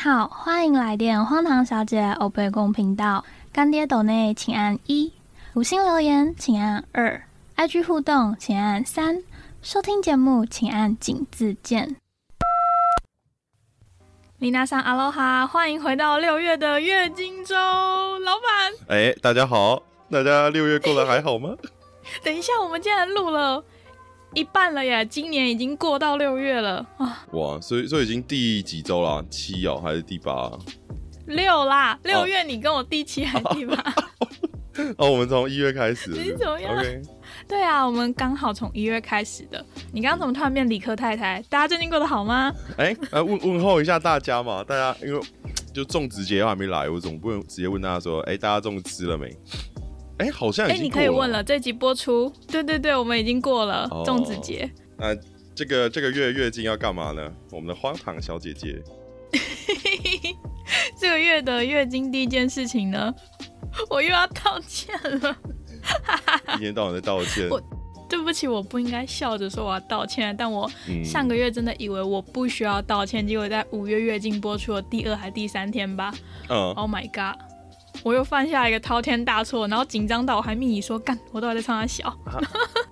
好，欢迎来电荒唐小姐欧贝公频道，干爹斗内请按一，五星留言请按二，IG 互动请按三，收听节目请按井字键。米娜桑阿罗哈，欢迎回到六月的月经周，老板，哎，大家好，大家六月过得还好吗？等一下，我们竟然录了一半了耶，今年已经过到六月了啊， 哇，所以所以已经第几周啦？七哦，还是第八、啊？六啦，六月你跟我第七还第八？哦，我们从一月开始了。你是怎么样 OK，对啊，我们刚好从一月开始的。你刚刚怎么突然变理科太太？大家最近过得好吗？哎，来问问候一下大家嘛，大家因为就种植节还没来，我总不能直接问大家说，哎，大家种吃了没？哎，好像哎、已经你过可以问了，这集播出。对对对，我们已经过了哦粽子节。那这个这个月月经要干嘛呢？我们的荒唐小姐 姐，这个月的月经第一件事情呢，我又要道歉了。一天到晚在道歉。我对不起，我不应该笑着说我要道歉，但我嗯上个月真的以为我不需要道歉，结果在五月月经播出的第二还第三天吧，嗯， Oh my god！我又犯下一个滔天大错，然后紧张到我还密你说干，我到底在唱 他小？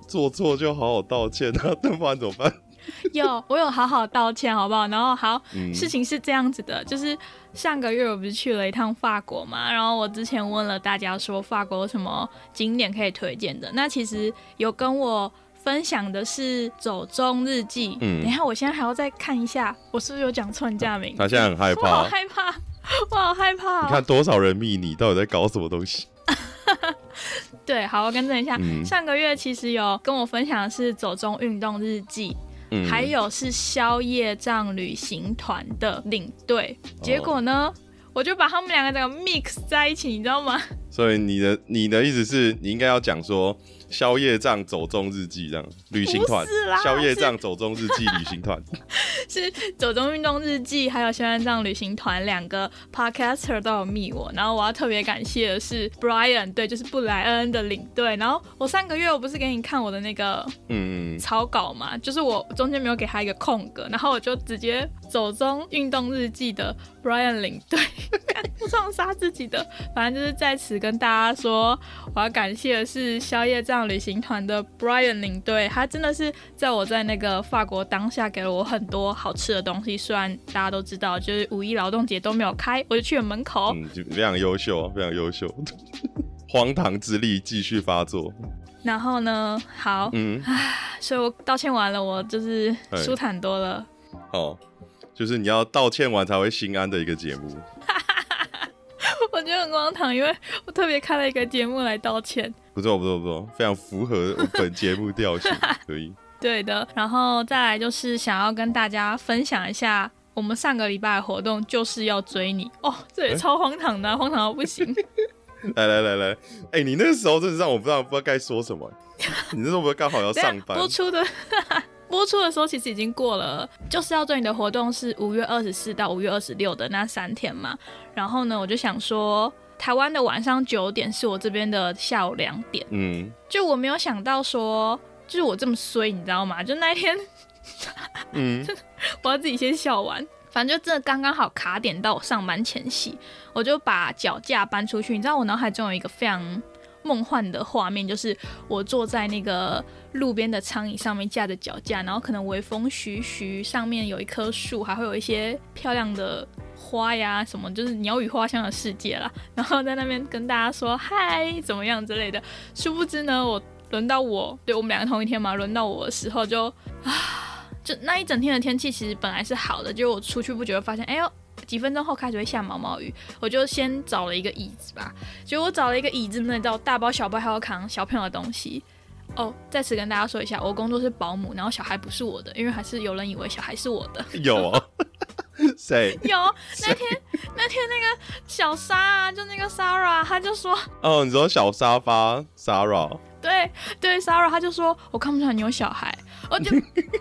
做错就好好道歉啊，那 不然怎么办？有，我有好好道歉，好不好？然后好，嗯事情是这样子的，就是上个月我不是去了一趟法国嘛，然后我之前问了大家说法国有什么景点可以推荐的，那其实有跟我分享的是《走中日记》，嗯等一下我现在还要再看一下，我是不是有讲错你家的名字？他现在很害我好怕，害怕， 我好害怕、哦你看多少人密你，到底在搞什么东 西？对，好，我更正一下，嗯上个月其实有跟我分享的是走中运动日记，嗯，还有是宵夜帐旅行团的领队。哦结果呢，我就把他们两个整个 mix 在一起，你知道吗？ 所以你的你的意思是你应该要讲说宵夜帐走中日记这样旅行团不是啦，宵夜帐走中日记旅行团，是走中运动日记还有宵夜帐旅行团两个 podcaster 都有密我，然后我要特别感谢的是 Brian，对，就是布莱恩的领队。然后我上个月我不是给你看我的那个 嗯，草稿嘛，就是我中间没有给他一个空格，然后我就直接走中运动日记的 Brian 领 队，干撞杀自己的。反正就是在此跟大家说，我要感谢的是宵夜这样旅行团的 Brian 领队，他真的是在我在那个法国当下给了我很多好吃的东西。虽然大家都知道，就是五一劳动节都没有开，我就去了门口。嗯，就非常优秀，非常优秀， 荒唐之力继续发作，然后呢，好，嗯，所以我道歉完了，我就是哎舒坦多了。好，哦就是你要道歉完才会心安的一个节目， 我觉得很荒唐，因为我特别开了一个节目来道歉。不错不错不错，非常符合我本节目调性，可以，对的，然后再来就是想要跟大家分享一下我们上个礼拜的活动，就是要追你哦，这也哎超荒唐的啊、荒唐到不行。 来来来来，哎、你那个时候真的让我不知道不知道该说什 么，你那时候不是刚好要等一下上班，播出的 播出的时候其实已经过了，就是要对你的活动是五月二十四到五月二十六的那三天嘛。然后呢，我就想说，台湾的晚上九点是我这边的下午两点。嗯就我没有想到说，就是我这么衰，你知道吗？就那一天， 嗯，我要自己先笑完。反正就真的刚刚好卡点到我上班前夕，我就把脚架搬出去。你知道我脑海中有一个非常梦幻的画面，就是我坐在那个路边的苍蝇上面架着脚架，然后可能微风徐徐，上面有一棵树，还会有一些漂亮的花呀什么，就是鸟语花香的世界啦。然后在那边跟大家说嗨怎么样之类的。殊不知呢，我轮到我，对我们两个同一天嘛，轮到我的时候就就那一整天的天气其实本来是好的，结果我出去不久就发现，哎呦，几分钟后开始会下毛毛雨，我就先找了一个椅子吧。结果我找了一个椅子，那到大包小包还要扛小朋友的东西。哦，在此跟大家说一下，我工作是保姆，然后小孩不是我的，因为还是有人以为小孩是我的。有啊， 谁？有那天那天那个小莎啊，就那个 Sarah，她就说，哦，你说小沙发 Sara， 对对，Sarah，她就说我看不出来你有小孩，我就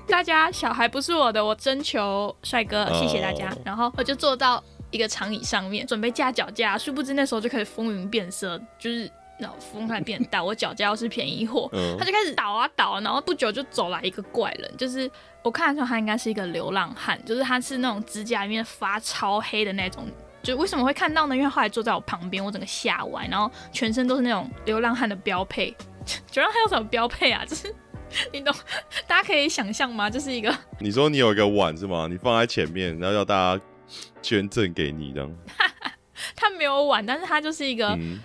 大家小孩不是我的，我征求帅哥，谢谢大家。哦然后我就坐到一个长椅上面，准备架脚架，殊不知那时候就开始风云变色，就是然后风开始变大，我脚架又是便宜货，嗯他就开始倒啊倒啊，然后不久就走来一个怪人，就是我看得出他应该是一个流浪汉，就是他是那种指甲里面发超黑的那种。就为什么会看到呢？因为他后来坐在我旁边，我整个吓歪，然后全身都是那种流浪汉的标配。 流浪汉有什么标配啊？就是 你懂，大家可以想象吗？就是一个 你说你有一个碗是吗？你放在前面，然后要大家捐赠给你这样。他没有碗，但是他就是一个、嗯，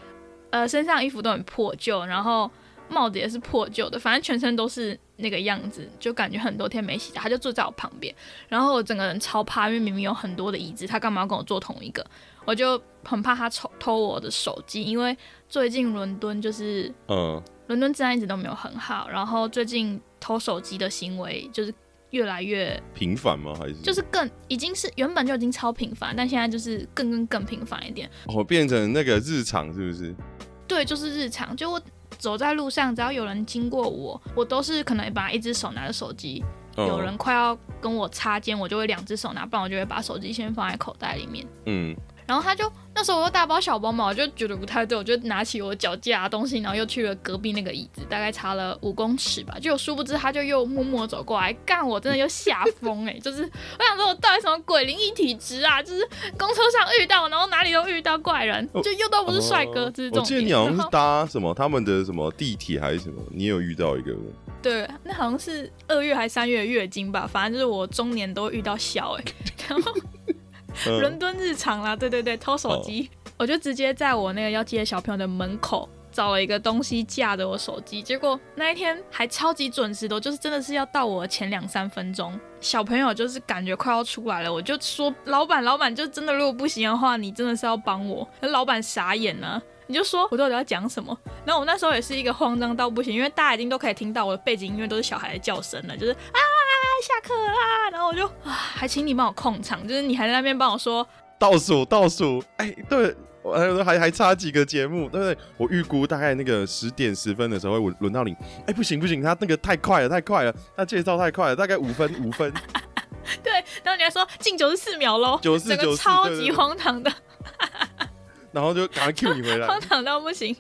呃，身上衣服都很破旧，然后帽子也是破旧的，反正全身都是那个样子，就感觉很多天没洗他就坐在我旁边，然后我整个人超怕，因为明明有很多的椅子，他干嘛要跟我坐同一个？我就很怕他偷偷我的手机，因为最近伦敦就是嗯，伦敦治安一直都没有很好，然后最近偷手机的行为就是越来越平凡吗？还是就是更已经是原本就已经超频繁，但现在就是更更更频繁一点。哦，变成那个日常是不是？对，就是日常，就我走在路上，只要有人经过我，我都是可能把一只手拿着手机，嗯、有人快要跟我擦肩，我就会两只手拿，不然我就会把手机先放在口袋里面。嗯，然后他就那时候我又大包小包嘛，我就觉得不太对，我就拿起我脚架的东西，然后又去了隔壁那个椅子，大概差了五公尺吧。就殊不知他就又默默走过来，干我真的又吓疯哎、 就是我想说我到底什么鬼灵异体质啊？就是公车上遇到，然后哪里都遇到怪人，哦就又都不是帅哥，哦这是我重记得点。你好像然是后搭什么他们的什么地铁还是什么，你有遇到一个对，那好像是二月还三月的月经吧，反正就是我中年都会遇到小哎、然后伦嗯，敦日常啦，对对对，偷手机，我就直接在我那个要接的小朋友的门口找了一个东西架着我手机，结果那一天还超级准时的，就是真的是要到我前两三分钟，小朋友就是感觉快要出来了，我就说老板，老板就真的如果不行的话，你真的是要帮我，那老板傻眼呢、你就说我到底要讲什么？然后我那时候也是一个慌张到不行，因为大家已经都可以听到我的背景音乐都是小孩的叫声了，就是啊下课啦，然后我就啊还请你帮我控场，就是你还在那边帮我说倒数倒数，哎、对。我还还还差几个节目，对不对？我预估大概那个十点十分的时候，我轮到你。哎、不行不行，他那个太快了，太快了，他介绍太快了，大概五分五 分。对，然后你还说进 九十四秒喽， 94整个94超对对级对荒唐的， 然后就赶快 Q 你回来荒。唐到不行。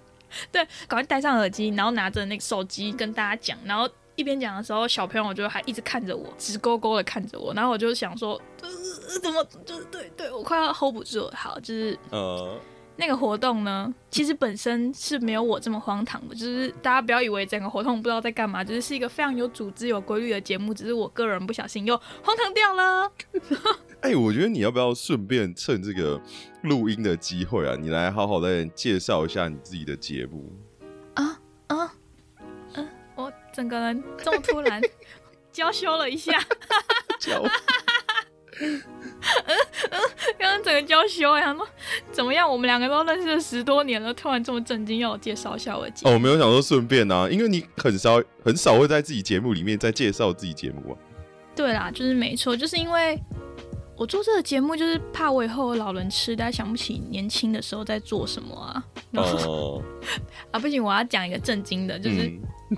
对，赶快戴上耳机，然后拿着那个手机跟大家讲，然后一边讲的时候，小朋友就还一直看着我，直勾勾的看着我，然后我就想说，呃呃怎么，就是对对，我快要 hold 不住了。好，就是呃，那个活动呢， 其实本身是没有我这么荒唐的，就是大家不要以为整个活动不知道在干嘛，就是是一个非常有组织、有规律的节目，只是我个人不小心又荒唐掉了。哎、我觉得你要不要顺便趁这个录音的机会啊，你来好好的介绍一下你自己的节目。 我整个人这么突然娇羞了一下，叫刚刚整个娇羞、欸，想说怎么样？我们两个都认识了十多年了，突然这么震惊，要我介绍一下我的节目。哦，我没有想说顺便啊，因为你很少很少会在自己节目里面再介绍自己节目啊。对啦，就是没错，就是因为我做这个节目，就是怕我以后有老人痴呆，想不起年轻的时候在做什么啊。然后、哦，啊，不行，我要讲一个震惊的，就是嗯，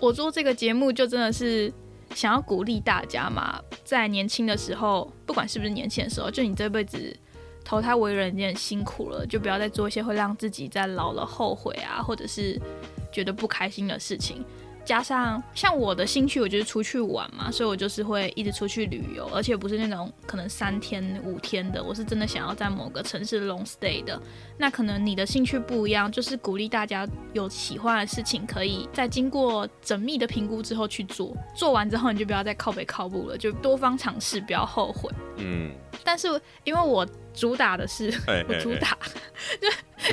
我做这个节目就真的是想要鼓励大家嘛，在年轻的时候，不管是不是年轻的时候，就你这辈子投胎为人已经很辛苦了，就不要再做一些会让自己在老了后悔啊，或者是觉得不开心的事情。加上像我的兴趣，我就是出去玩嘛，所以我就是会一直出去旅游，而且不是那种可能三天五天的，我是真的想要在某个城市 long stay 的。那可能你的兴趣不一样，就是鼓励大家有喜欢的事情，可以在经过缜密的评估之后去做。做完之后，你就不要再靠北靠步了，就多方尝试，不要后悔。嗯，但是因为我主打 的是，哎、我哎主哎打， 就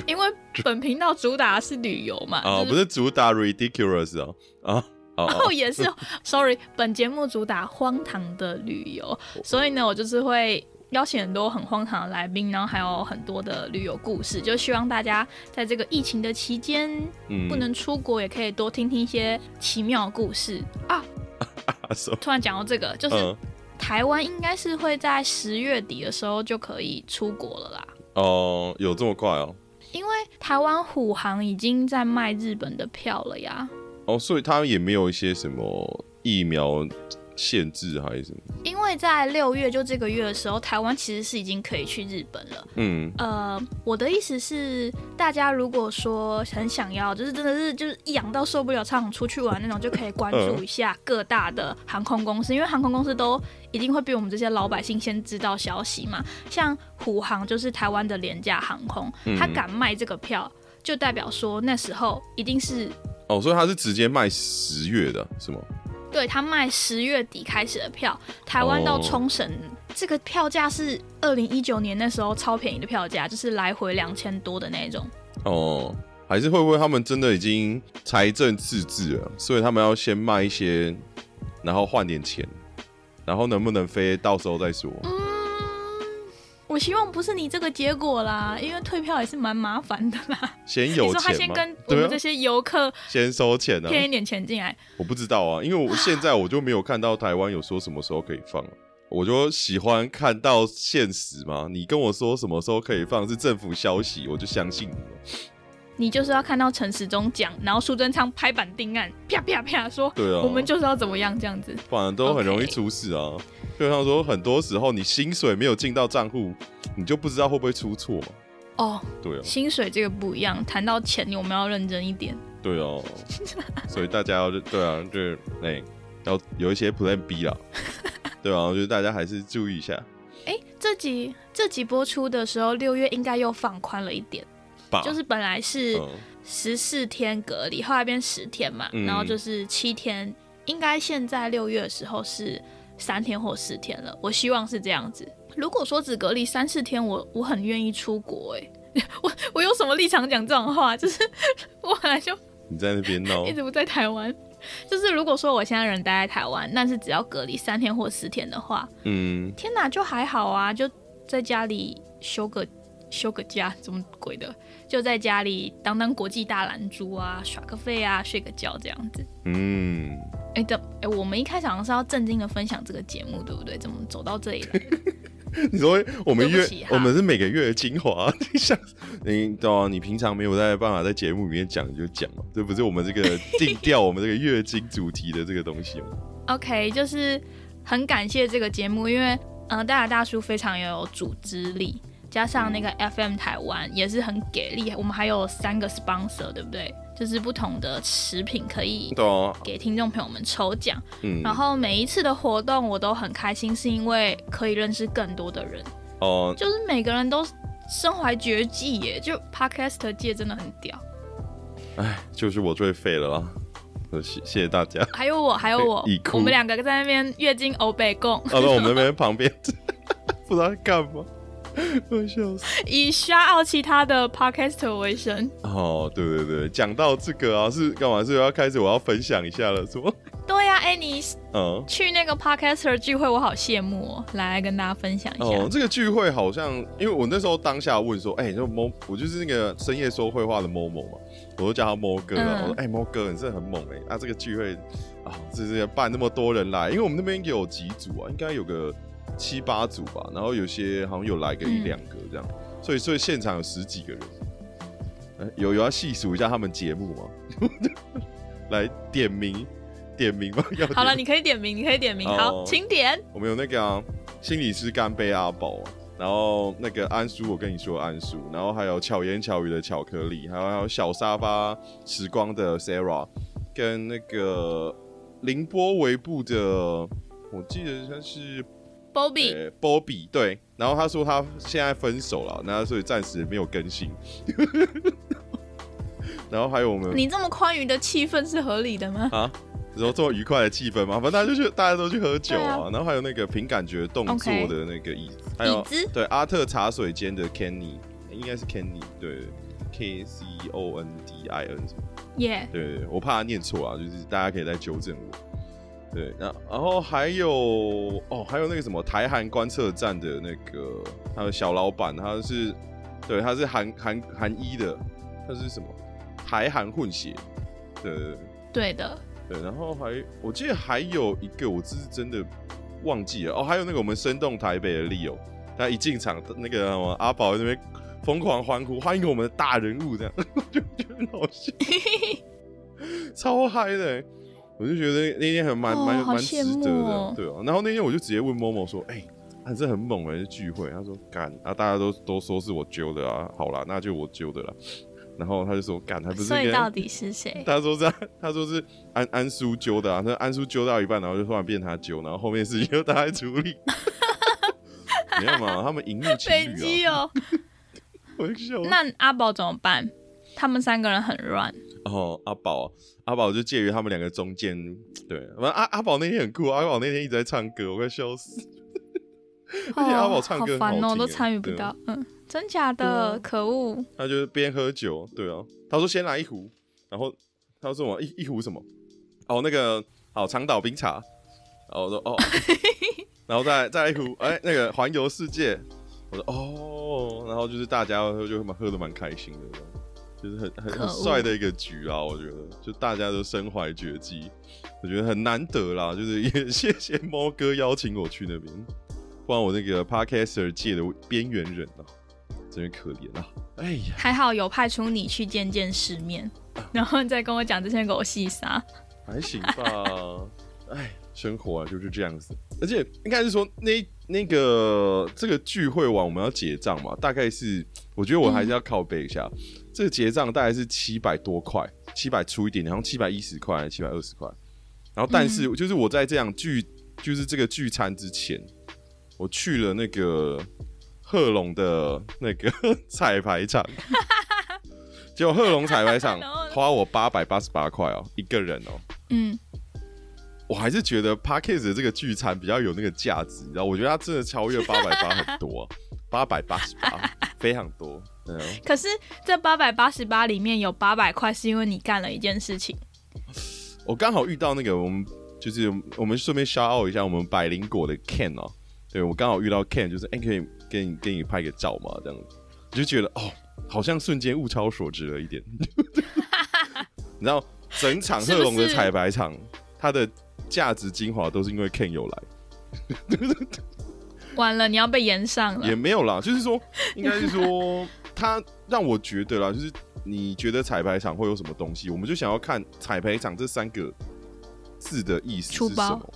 因为本频道主打的是旅游嘛，嗯 哦，就不是主打 ridiculous 哦，啊，哦 哦，后也是，sorry，本节目主打荒唐的旅哦游，所以呢，我就是会邀请很多很荒唐的来宾，然后还有很多的旅游故事，就希望大家在这个疫情的期间嗯，不能出国，也可以多听听一些奇妙的故事啊。啊，手，突然讲到这个，就是嗯，台湾应该是会在十月底的时候就可以出国了啦。哦，有这么快哦，因为台湾虎航已经在卖日本的票了呀，哦，所以他也没有一些什么疫苗限制还是什么？因为在六月就这个月的时候，台湾其实是已经可以去日本了。嗯，呃，我的意思是，大家如果说很想要，就是真的是就是一痒到受不了，常常出去玩那种，就可以关注一下各大的航空公司，因为航空公司都一定会比我们这些老百姓先知道消息嘛。像虎航就是台湾的廉价航空，它嗯敢卖这个票，就代表说那时候一定是哦，所以他是直接卖十月的，是吗？对他卖十月底开始的票，台湾到冲绳、这个票价是二零一九年那时候超便宜的票价，就是来回两千多的那种。哦，还是会不会他们真的已经财政赤字了，所以他们要先卖一些，然后换点钱，然后能不能飞到时候再说。嗯我希望不是你这个结果啦，因为退票也是蛮麻烦的 啦。先你有说他钱先嘛？跟我对们啊这，些游客先收钱啊！骗一点钱进来，我不知道啊，因为我现在我就没有看到台湾有说什么时候可以放、我就喜欢看到现实嘛。你跟我说什么时候可以放是政府消息，我就相信你了。你就是要看到陈时中讲，然后苏贞昌拍板定案，啪啪啪说，对啊我们就是要怎么样这样子。不然都很容易 OK 出事啊。就像说，很多时候你薪水没有进到账户，你就不知道会不会出错嘛。哦，对啊，薪水这个不一样，谈到钱我们要认真一点。对 啊，所以大家要对啊，就是哎、要有一些 Plan B 啦。对啊，就是大家还是注意一下哎，这集这集播出的时候，六月应该又放宽了一点，吧。就是本来是啊嗯十四天隔离，后来变十天嘛，嗯然后就是七天，应该现在六月的时候是三天或四天了，我希望是这样子。如果说只隔离三四天，我我很愿意出国哎、 我我有什么立场讲这种话？就是我本来就你在那边哦闹一，直不在台湾，就是如果说我现在人待在台湾，但是只要隔离三天或四天的话，嗯，天哪，就还好啊，就在家里休个休个假，怎么鬼的？就在家里当当国际大懒猪啊，耍个废啊，睡个觉这样子。嗯，哎、等哎、我们一开始好像是要正经的分享这个节目，对不对？怎么走到这里来？你说我们对月不起哈我们是每个月的精华， 你想，你懂啊？你平常没有在办法在节目里面讲你就讲嘛，这不是我们这个定调，我们这个月经主题的这个东西 嘛。 OK，就是很感谢这个节目，因为呃，大雅大叔非常有组织力，加上那个 FM 台湾也是很给力。我们还有三个 sponsor，对不对？就是不同的食品可以对啊，给听众朋友们抽奖。嗯，然后每一次的活动我都很开心，是因为可以认识更多的人，哦、就是每个人都身怀绝技耶，就 podcast 界真的很屌。就是我最废了啦，呃谢谢谢大 家。还有我，还有我已，哭我们两个在那边月经欧北共，啊，那我们那边旁边 不知道在干嘛，我笑死。 以瞎傲其他的 podcast 为生。哦，对对对，讲到这个啊，是干嘛？是要开始我要分享一下了，是吗？对呀、哎，你嗯。去那个 podcaster 聚会，我好羡慕哦。来跟大家分享一下，哦，这个聚会好像，因为我那时候当下问说，哎、就某，我就是那个深夜说绘画的某某嘛，我就叫他某哥啊，嗯我说，哎、某哥，你真的很猛哎、啊，这个聚会啊，这是办那么多人来，因为我们那边有几组啊，应该有个七八组吧，然后有些好像有来个一嗯两个这样，所以所以现场有十几个人，呃有有要细数一下他们节目吗？ 来点名，点名吗？要好点了，名你可以点名，你可以点名，哦好，请点。我们有那个、啊、心理师干杯阿宝啊，然后那个安叔，我跟你说安叔，然后还有巧言巧语的巧克力，还有还有小沙发时光的 Sarah，跟那个凌波微步的，我记得他是 Bobby，、呃 Bobby 对，然后他说他现在分手了，那所以暂时没有更新。 然后还有我们你这么宽裕的气氛是合理的吗？啊，然后这么愉快的气氛嘛，反正大家就去，大家都去喝酒啊对，然后还有那个凭感觉动作的那个椅子，还椅有子对阿特茶水间的 Kenny，应该是 Kenny，对，K C O N D I N，耶、对，我怕他念错啊，就是大家可以再纠正我。对，然然后还有哦，还有那个什么台韩观测站的那个他的小老板，他是对，他是韩韩韩一的，他是什么台韩混血，对对对。对的，对，然后还我记得还有一个，我这是真的忘记了哦，还有那个我们生动台北的 Leo，他一进场，那个什么阿宝在那边疯狂欢呼，欢迎我们的 大人物，这样我就觉得很好笑，超嗨的欸、我就觉得那天很蛮蛮哦好蛮值羡慕得的哦，对啊。然后那天我就直接问某某说：“哎、啊，你这很猛哎、欸，聚会。”他说：“干啊，大家都都说是我揪的啊，好啦，那就我揪的啦。”然后他就说：“干，还不是所以跟到底是谁？他说是他， 他说是安安叔揪的啊，他说安叔揪到一半，然后就突然变他揪，然后后面事情就他来处理。你看嘛，他们荧幕情飞侣机啊，哦。 我就笑。那阿宝怎么办？他们三个人很乱，哦，阿宝，阿宝就介于他们两个中间，对，反正阿阿宝那天很酷，阿宝那天一直在唱歌，我快笑死。而且阿宝唱歌好很好烦听耶啊哦，我都参与不到。嗯，真假的，可恶！他就是边喝酒，对啊，他说先来一壶，然后他说我一一壶什么？哦，那个好长岛冰茶，然后我说 哦，然后再再来一壶，哎，那个环游世界，我说哦，然后就是大家喝就蛮喝的蛮开心的，就是很很可恶很帅的一个局啊，我觉得就大家都身怀绝技，我觉得很难得啦，就是也 谢谢猫哥邀请我去那边，不然我那个 podcaster 界的边缘人啊，真是可怜啊，哎呀。还好有派出你去见见世面， 然后你再跟我讲这些狗细沙。还行吧。哎，生活啊就是这样子，而且应该是说那那个这个聚会完我们要结账嘛，大概是我觉得我还是要靠背一下，这个结账大概是七百多块，七百出一点，好像七百一十块，七百二十块。然后但是嗯就是我在这样聚，就是这个聚餐之前，我去了那个贺龙的那个 彩排 场。结果贺龙彩排场然后呢花我八百八十八块哦，一个人哦，嗯，我还是觉得 Parkes 的这个聚餐比较有那个价值，你知道？我觉得它真的超越八百八很多，八百八十八非常多。嗯，可是这八百八十八里面有八百块是因为你干了一件事情。我刚好遇到那个我们就是我们顺便 shout out 一下我们百灵果的 Ken 哦，对我刚好遇到 Ken，就是哎、可以给你给你拍个照嘛，这样子，我就觉得哦，好像瞬间物超所值了一点。你知道，整场贺龙的是不是彩排场，它的价值精华都是因为 Ken 有来。完了，你要被延上也了。没有啦，就是说，应该是说，他让我觉得啦，就是你觉得彩排场会有什么东西，我们就想要看彩排场这三个字的意思是出什包么。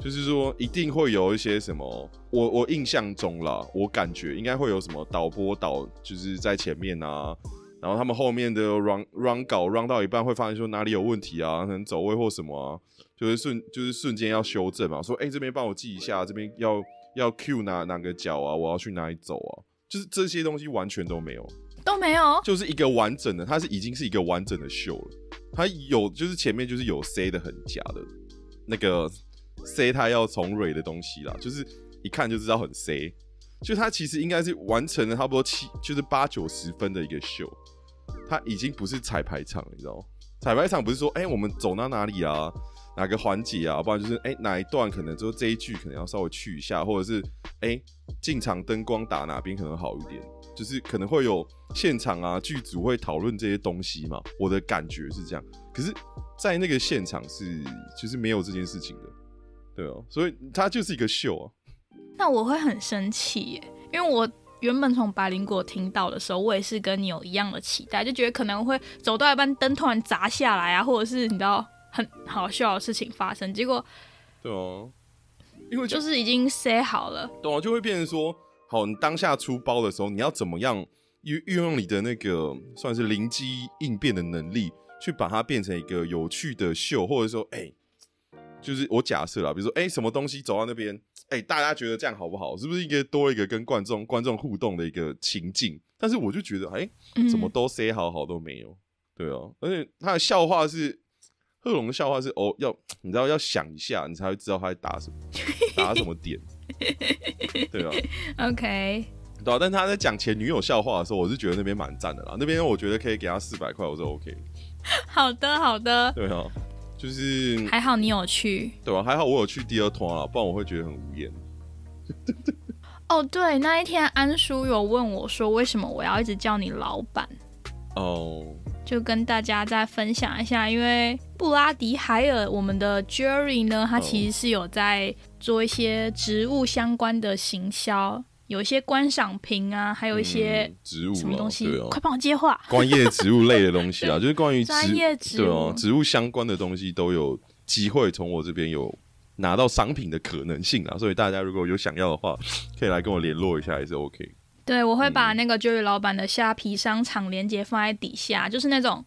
就是说，一定会有一些什么，我我印象中啦，我感觉应该会有什么导播导，就是在前面啊，然后他们后面的 run run 稿 run 到一半会发现说哪里有问题啊，可能走位或什么啊，就是瞬就是瞬间要修正嘛，说哎、这边帮我记一下，这边要要 Q 哪哪个角啊，我要去哪里走啊，就是这些东西完全都没有，都没有，就是一个完整的，它是已经是一个完整的秀了，它有就是前面就是有 C 的很假的，那个 C 它要重蕊的东西啦，就是一看就知道很 C，就它其实应该是完成了差不多七就是八九十分的一个秀，它已经不是彩排场了，你知道吗？彩排场不是说哎、我们走到哪里啊，哪个环节啊，不然就是哎、哪一段可能就这一句可能要稍微去一下，或者是哎进、场灯光打哪边可能好一点，就是可能会有现场啊剧组会讨论这些东西嘛，我的感觉是这样。可是，在那个现场是就是没有这件事情的，对哦，所以它就是一个秀啊。那我会很生气耶，因为我原本从百灵果听到的时候，我也是跟你有一样的期待，就觉得可能会走到一半灯突然砸下来啊，或者是你知道很好笑的事情发生，结果对哦，因为就就是已经塞好了，懂啊，就会变成说，好，你当下出包的时候，你要怎么样运运用你的那个算是灵机应变的能力，去把它变成一个有趣的秀，或者说，哎、就是我假设啦，比如说，哎、什么东西走到那边，哎、大家觉得这样好不好？是不是一个多一个跟观众观众互动的一个情境？但是我就觉得，哎、嗯，怎么都塞好好都没有。对啊，而且他的笑话是贺龙的笑话是哦，要你知道要想一下，你才会知道他在打什么，打什么点。对啊， OK？ 对啊，但他在讲前女友笑话的时候，我是觉得那边蛮赞的啦。那边我觉得可以给他四百块，我是 OK。好的，好的，对啊，就是还好你有去。对啊，还好我有去第二团啊，不然我会觉得很无言。哦，对，那一天安叔有问我说，为什么我要一直叫你老板？哦，就跟大家再分享一下，因为布拉迪海尔，我们的 Jerry 呢，他哦其实是有在做一些植物相关的行销，有一些观赏瓶啊，还有一些嗯植物什么啦东西，对啊，快帮我接话。观叶植物类的东西啊，就是关于植专业植物对哦，植物相关的东西都有机会从我这边有拿到商品的可能性啊。所以大家如果有想要的话，可以来跟我联络一下，也是 OK。对，我会嗯把那个 Jerry 老板的虾皮商场链接放在底下，就是那种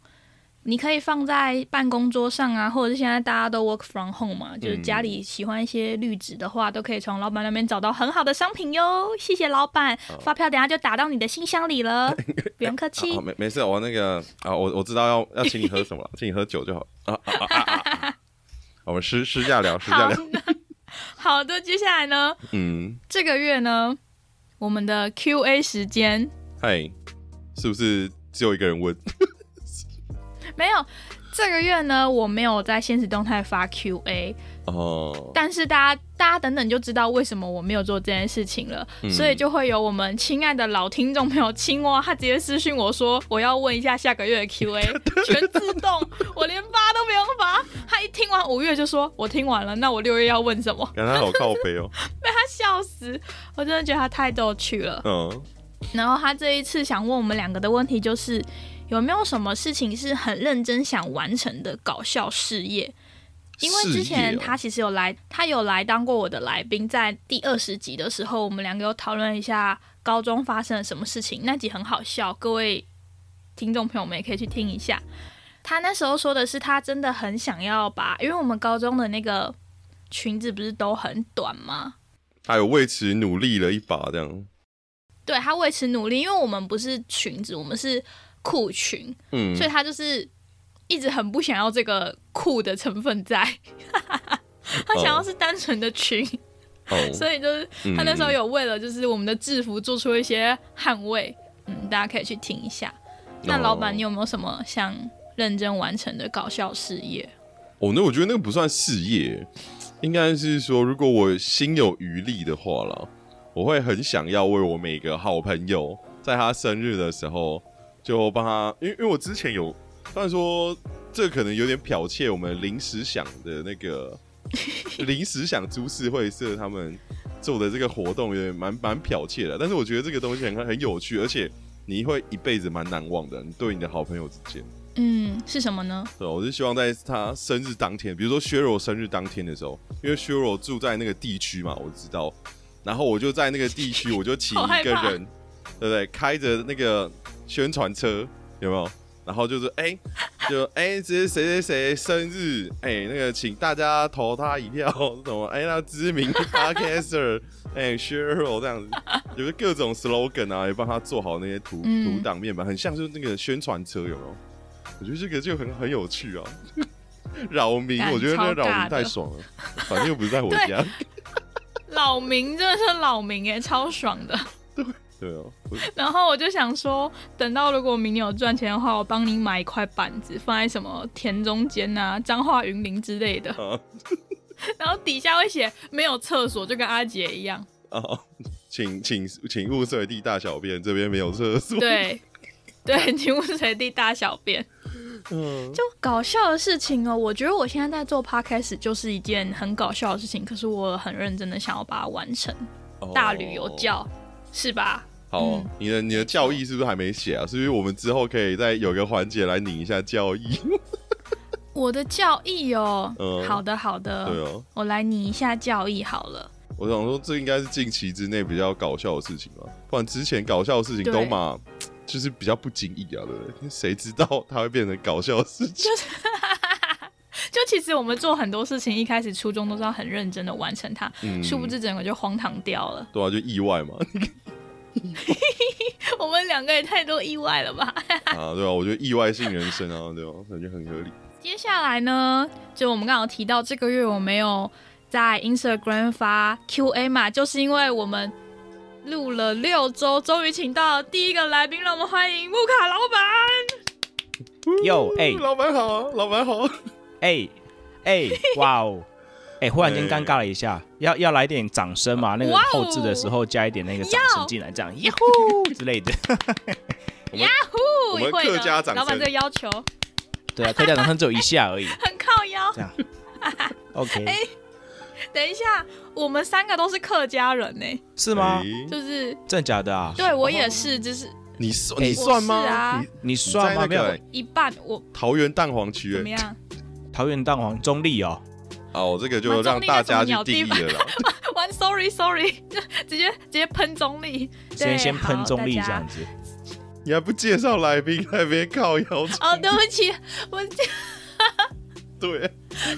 你可以放在办公桌上啊，或者是现在大家都 work from home 嘛，就是嗯家里喜欢一些绿植的话，都可以从老板那边找到很好的商品哟。谢谢老板，发票等下就打到你的信箱 里了，不用客气啊好，。没没事，我那个啊，我我知道要要请你喝什 么了，请你喝酒就好啊啊啊啊啊啊！我们私私下聊，私下好聊。那 好的，接下来呢，嗯，这个月呢，我们的 Q&A 时间嗨，是不是只有一个人问？没有。这个月呢，我没有在现实动态发 Q&A，哦，但是大家大家等等就知道为什么我没有做这件事情了，嗯所以就会有我们亲爱的老听众朋友青蛙，他直接私讯我说我要问一下下个月的 Q&A，全自动，我连发都不用发。他一听完五月就说我听完了，那我六月要问什么？感觉他好靠背哦。被他笑死，我真的觉得他太逗趣了。嗯，然后他这一次想问我们两个的问题就是，有没有什么事情是很认真想完成的搞笑事业？因为之事前业哦他其实有来，他有来当过我的来宾，在第二十集的时候，我们两个有讨论一下高中发生了什么事情，那集很好笑，各位听众朋友们也可以去听一下。他那时候说的是，他真的很想要把，因为我们高中的那个裙子不是都很短吗？他有为此努力了一把，这样。对他为此努力，因为我们不是裙子，我们是裤裙，嗯，所以他就是一直很不想要这个酷的成分在， 他想要是单纯的裙，哦，所以就是嗯他那时候有为了就是我们的制服做出一些捍卫，嗯，大家可以去听一下。那老哦板，你有没有什么想认真完成的搞笑事业？哦，那我觉得那个不算事业，应该是说，如果我心有余力的话啦，我会很想要为我每个好朋友，在他生日的时候，就帮他，因为因为我之前有，虽然说这可能有点剽窃我们临时想的那 个临时想株式会社他们做的这个活动，有点蛮蛮剽窃的，但是我觉得这个东西很很有趣，而且你会一辈子蛮难忘的，你对你的好朋友之间。嗯，是什么呢？对，我是希望在他生日当天，比如说薛柔生日当天的时候，因为薛柔住在那个地区嘛，我知道，然后我就在那个地区，我就请好害一个怕人，对不对？开着那个宣传车，有没有？然后就是哎、就哎，这是谁谁谁生日，哎、那个请大家投他一票， 什么哎、那知名 podcaster，哎、薛柔这样子，有各种 slogan 啊，也帮他做好那些图嗯图档面板，很像就是那个宣传车，有没有？我觉得这个就很很有趣啊。 扰民，干我觉得那超扰尬民的太爽了，反正又不是在我对家。老明真的是老明哎，超爽的。对哦，我然后我就想说，等到如果明年有赚钱的话，我帮你买一块板子，放在什么田中间啊、彰化云林之类的。啊然后底下会写没有厕所，就跟阿杰一样。啊，请请请勿随地大小便，这边没有厕所。，对，对，请勿随地大小便。嗯，就搞笑的事情哦，我觉得我现在在做 podcast 就是一件很搞笑的事情，可是我很认真的想要把它完成。哦大旅游。教、是吧？好哦嗯，你的你的教义是不是还没写啊？是不是我们之后可以再有个环节来拧一下教 义？我的教义哦，嗯好的好的，对哦，我来拟一下教义好了。我想说这应该是近期之内比较搞笑的事情吧，不然之前搞笑的事情对都嘛。就是比较不经意啊，对不对？谁知道它会变成搞笑的事情？就其实我们做很多事情，一开始初衷都是要很认真的完成它，嗯 殊不知整个就荒唐掉了。 对啊，就意外嘛。我们两个也太多意外了吧？ 啊，对啊，我觉得意外性人生啊，对吧、感觉很 合理。接下来呢，就我们刚好提到这个月我没有在 Instagram 发 Q&A 嘛，就是因为我们录了六周，终于请到第一个来宾，让我们欢迎木卡老板。哟哎老板好，老板好，哎 哎，哇哦！哎，忽然间尴尬了一下，要要来点掌声嘛？那哎个哇哦后置的时候加一点那个掌要声进来，这样耶呼 之类的。呼我们会客家的，掌声老板这个要求对啊，客家掌声只有一下而已。很靠腰。这样，OK，哎等一下，我们三个都是客家人呢、是吗？诶就是真的假的啊？对我也是，只是你算哎你算吗？我是啊你你你算在吗？那没个有哎一半我桃园蛋黄区怎么哎，样？ 桃园蛋黄中立哦，哦，这个就蛮让中立大那怎么家去鸟定地义了啦。玩 sorry sorry，就 直接直接喷中立，对先先喷好中立大家这样子。你还不介绍来宾，还别靠腰。哦，对不起， 我 对，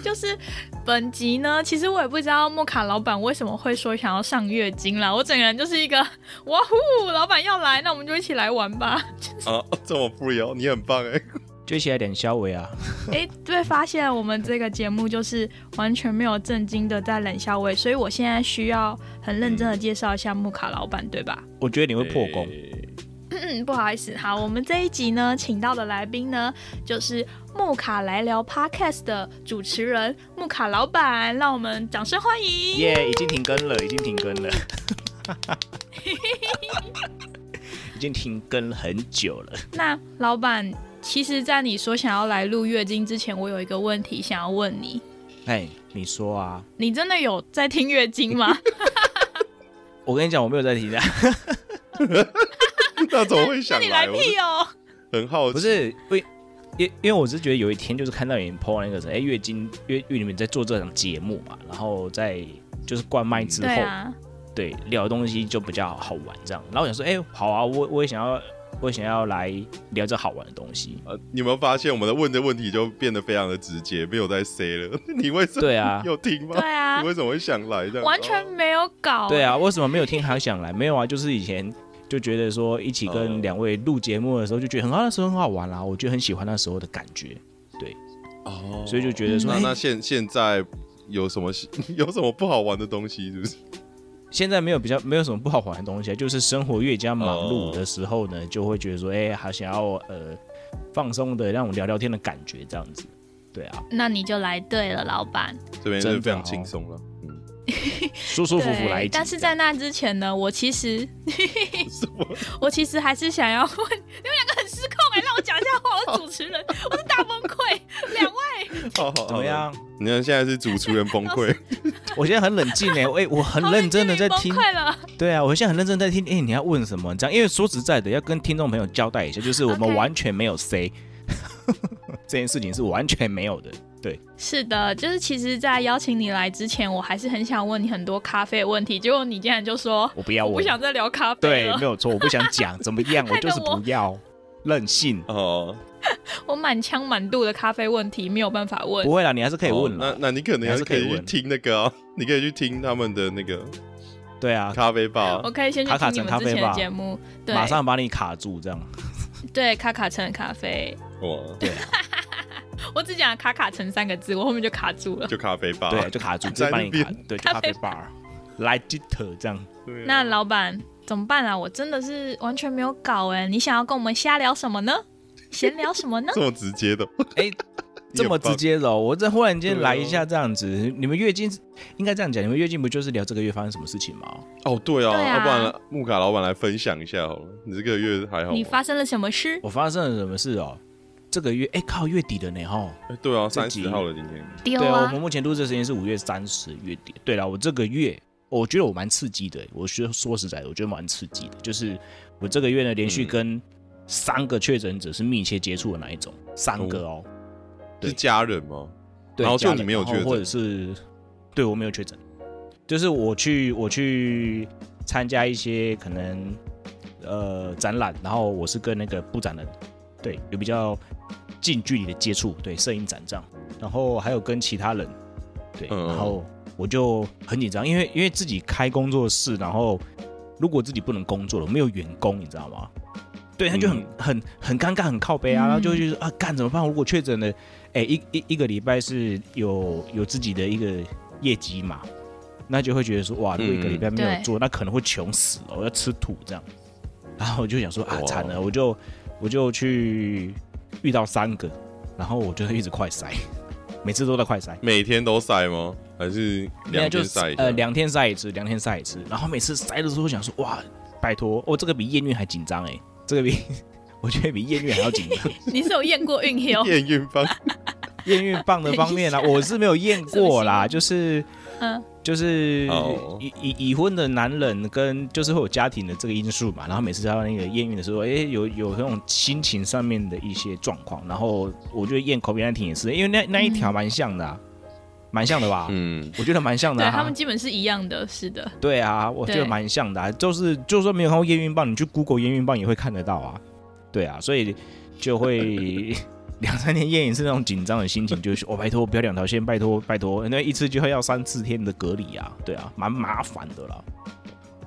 就是本集呢，其实我也不知道莫卡老板为什么会说想要上月经啦，我整个人就是一个 哇呼，老板要来，那我们就一起来玩吧。啊，这么不妖，你很棒哎、 追起来点消维啊，哎，对，发现我们这个节目就是完全没有正经的在冷笑话，所以我现在需要很认真的介绍一下莫卡老板，对吧？我觉得你会破功。欸嗯，不好意思，好，我们这一集呢，请到的来宾呢，就是木卡来聊 Podcast 的主持人木卡老板，让我们掌声欢迎。耶、已经停更了，已经停更 了，已经停更很久了。那老板，其实，在你说想要来录月经之前，我有一个问题想要问你：哎，你说啊，你真的有在听月经 吗？我跟你讲，我没有在提的，那怎么会那想你来我是屁哦！很好不奇，是，因为因因为我是觉得有一天就是看到你 PO 那个什么，哎，月经月月你们在做这档节目嘛，然后在就是冠麦之后，对 啊，对聊的东西就比较好玩这样。然后我想说，哎、好啊，我我也想要，我也想要来聊这好玩的东西。呃，你有没有发现我们的问的问题就变得非常的直接，没有在 say 了？ 你为什么对啊，有听吗？对啊你，为什么会想来这样？完全没有搞。对啊，为什么没有听还想来？没有啊，就是以前就觉得说一起哦跟两位录节目的时候，就觉得很好，那时候很好玩啦、我就很喜欢那时候的感觉，哦，所以就觉得说，那哎、那现现在有什么 有什么不好玩的东西？是不是？现在没有比较没有什么不好玩的东西啊，就是生活越加忙哦碌的时候呢，就会觉得说，哎、好想要呃放松的那种聊聊天的感觉这样子。对啊，那你就来对了，老板。这边是真的非常哦轻松了。嗯，舒舒服服来对，一集但是这样在那之前呢，我其 实什么？我其实还是想要问 你们两个很失控哎、让我讲一下话，我是主持 人，我是大崩溃。两位好好哦怎么？好样？你看现在是主持人崩 溃，我现在很冷静 哎、哎、我很好认真的在你听崩，溃了。对啊，我现在很认真地在听，哎、你要问什么？这样，因为说实在的，要跟听众朋友交代一下，就是我们 OK 完全没有 say，这件事情是完全没有的。对，是的，就是其实，在邀请你来之前，我还是很想问你很多咖啡的问题，结果你竟然就说我不要我不问，想再聊咖啡对，了没。有错，我不想 讲，怎么样，我害得就是我不要，任性。哦，我满腔满肚的咖啡问题没有办法问不。会啦，你还是可以问哦那啦。那你可能还是可以还是可以去问听那个啊， 你可以去听他们的那个对啊，咖啡吧我。可以先去卡卡听你城们之咖啡前的吧节目，对，马上把你卡住，这样对卡卡城咖啡，哇，我只讲卡卡城三个字，我后面就卡住了。就咖啡吧。对，就卡住，直啊在接把那你卡边，对，就咖咖啡啡 bar，来 d i t 这样。对啊？那老板怎么办啊？我真的是完全没有搞哎、你想要跟我们瞎聊什么呢？闲聊什么呢这么直接的，哎， 这么直接的哦、我这忽然间对啊来一下这样子，啊你们月经应该这样讲，你们月经不就是聊这个月发生什么事情吗？哦，对啊，对啊要不然木卡老板来分享一下好了。你这个月还好吗？你发生了什么事？我发生了什么事哦？这个月哎、靠，月底了呢哈。哎对啊，自三己十号了今天。丢对啊，我们目前录制的时间是五月三十月底。对了，我这个月我觉得我蛮刺激的，我说说实在的，我觉得蛮刺激的，就是我这个月呢连续嗯跟三个确诊者是密切接触的那一种，三个哦。对是家人吗？对，然后家人就你没有然后确诊或者是对我没有确诊，就是我去我去参加一些可能呃展览，然后我是跟那个布展人对有比较近距离的接触，对摄影展这样，然后还有跟其他人对，嗯然后我就很紧张，因为因为自己开工作室，然后如果自己不能工作了，没有员工，你知道吗？对，他就很、嗯很很尴尬，很靠背啊，嗯然后就会觉得啊，干怎么办？如果确诊了，哎、一一一个礼拜是有有自己的一个业绩嘛，那就会觉得说，哇，如果一个嗯礼拜没对有做，那可能会穷死哦，要吃土这样。然后我就想说啊哇，惨了，我就我就去遇到三个，然后我就一直快筛， 每次都在快筛。每天都晒吗？还是没有两就天是晒一下？呃，两天晒一次，两天晒一次。然后每次晒的时候，我想说，哇，拜托，哦，这个比验孕还紧张哎，这个比 我觉得比验孕还要紧张。你是有验过哦孕 哟？验啊孕方啊 验孕棒的方面呢、我是没有验过啦，就是嗯就是哦已已已婚的男人跟就是会有家庭的这个因素嘛，然后每次到那个验孕的时候，哎、有有那种心情上面的一些状况，然后我觉得验 COVID 19也是，因为那那一嗯条蛮像的、啊，蛮、像的吧？嗯，我觉得蛮像的、对啊，他们基本是一样的，是的，对啊，我觉得对蛮像的、啊，就是就算没有看过验孕棒，你去 Google 验孕棒也会看得到啊。对啊，所以就会 两三天验一次那种紧张的心情，就是我、哦、拜托不要两条线，拜托拜托，那一次就会要三四天的隔离啊，对啊，蛮麻烦的啦。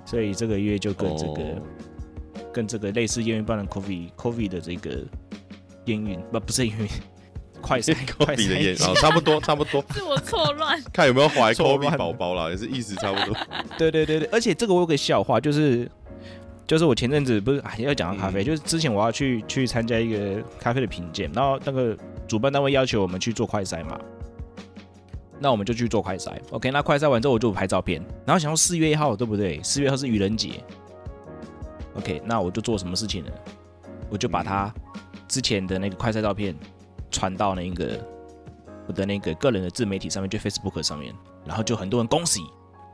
所以这个月就跟这个、哦跟这个类似验孕棒的 COVID COVID 的这个验孕不不 是验孕，快筛 快 Kobe 的筛眼啊，差不多差不 多，是我错乱。看有没有怀错乱 Kobe 宝宝啦，也是意思差不多。 对对对对，而且这个我有个笑话，就是就是我前阵子不是哎要讲到咖啡，就是之前我要去去参加一个咖啡的品鉴，然后那个主办单位要求我们去做快筛嘛，那我们就去做快筛。OK，那快筛完之后我就拍照片，然后想要四月一号对不对？四月一号是愚人节。OK，那我就做什么事情呢？我就把他之前的那个快筛照片传到那个我的那个个人的自媒体上面，就 Facebook 上面，然后就很多人恭喜，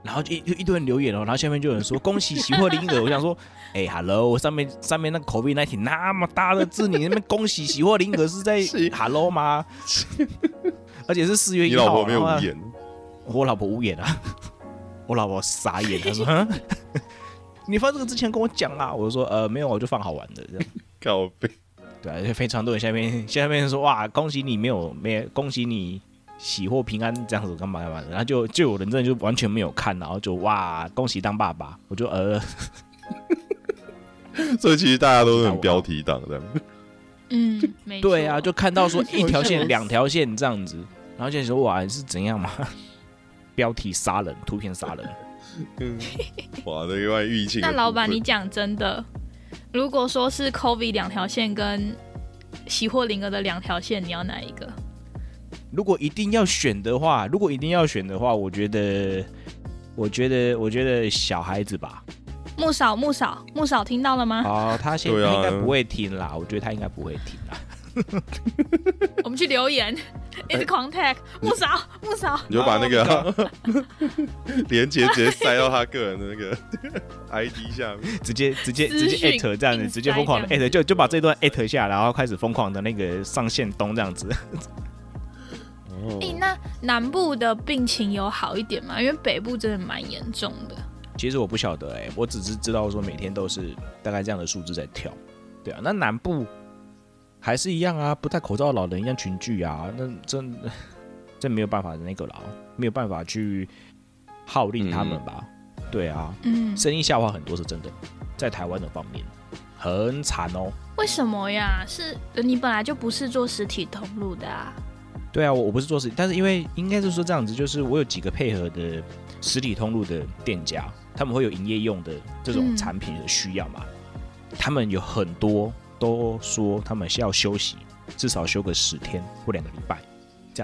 然后就一一堆人留言哦，然后下面就有人说恭喜喜获麟儿，我 想说，哎、h e l l o 上面上面那个 COVID 那挺那么大的字，你那边恭喜喜获麟儿是在是 Hello 吗？而且是四月你一号，老婆没有然后无呢言，我老婆无言啊，我老婆傻眼，她说哼：“ 你放这个之前跟我讲啦。”我就说：“呃，没有，我就放好玩的。”这样靠背，对啊，就非常多人下面下面说：“哇，恭喜你没有没有恭喜你喜获平安这样子干嘛干嘛的。”然后就就有人真的就完全没有看，然后就哇恭喜当爸爸，我就呃所以其实大家都是很标题党的。 嗯，没错对啊，就看到说一条我线是两条线这样子，然后就说哇是怎样嘛？标题杀人，图片杀人，嗯，哇，那另外疫情的部那分，老板，你讲真的，如果说是 COVID 两条线跟喜获麟儿的两条线，你要哪一个？如果一定要选的话，如果一定要选的话，我觉得，我觉得，我觉得小孩子吧，啊木嫂，木嫂，木嫂，听到了吗？啊、他现对在啊应该不会听啦，我觉得他应该不会听啦。我们去留言，一直狂 tag 木嫂，木嫂，你就把哦那个 连接直接塞到他个人的那个 ID 下面，直接直接资直讯接艾特这样子，直接疯狂的硬塞艾这特，就就把这段艾特下，然后开始疯狂的那个上线东这样子。 诶、哎那南部的病情有好一点吗？因为北部真的蛮严重的。其实我不晓得哎、我只是知道说每天都是大概这样的数字在跳，对啊，那南部还是一样啊，不戴口罩的老人一样群聚啊，那真这没有办法的那个了，没有办法去号令他们吧，对啊，嗯，生意下滑很多是真的，在台湾的方面很惨哦，为什么呀？是你本来就不是做实体通路的啊。对啊，我我不是做实体，但是因为应该是说这样子，就是我有几个配合的实体通路的店家，他们会有营业用的这种嗯产品的需要嘛，他们有很多都说他们是要休息，至少休个十天或两个礼拜，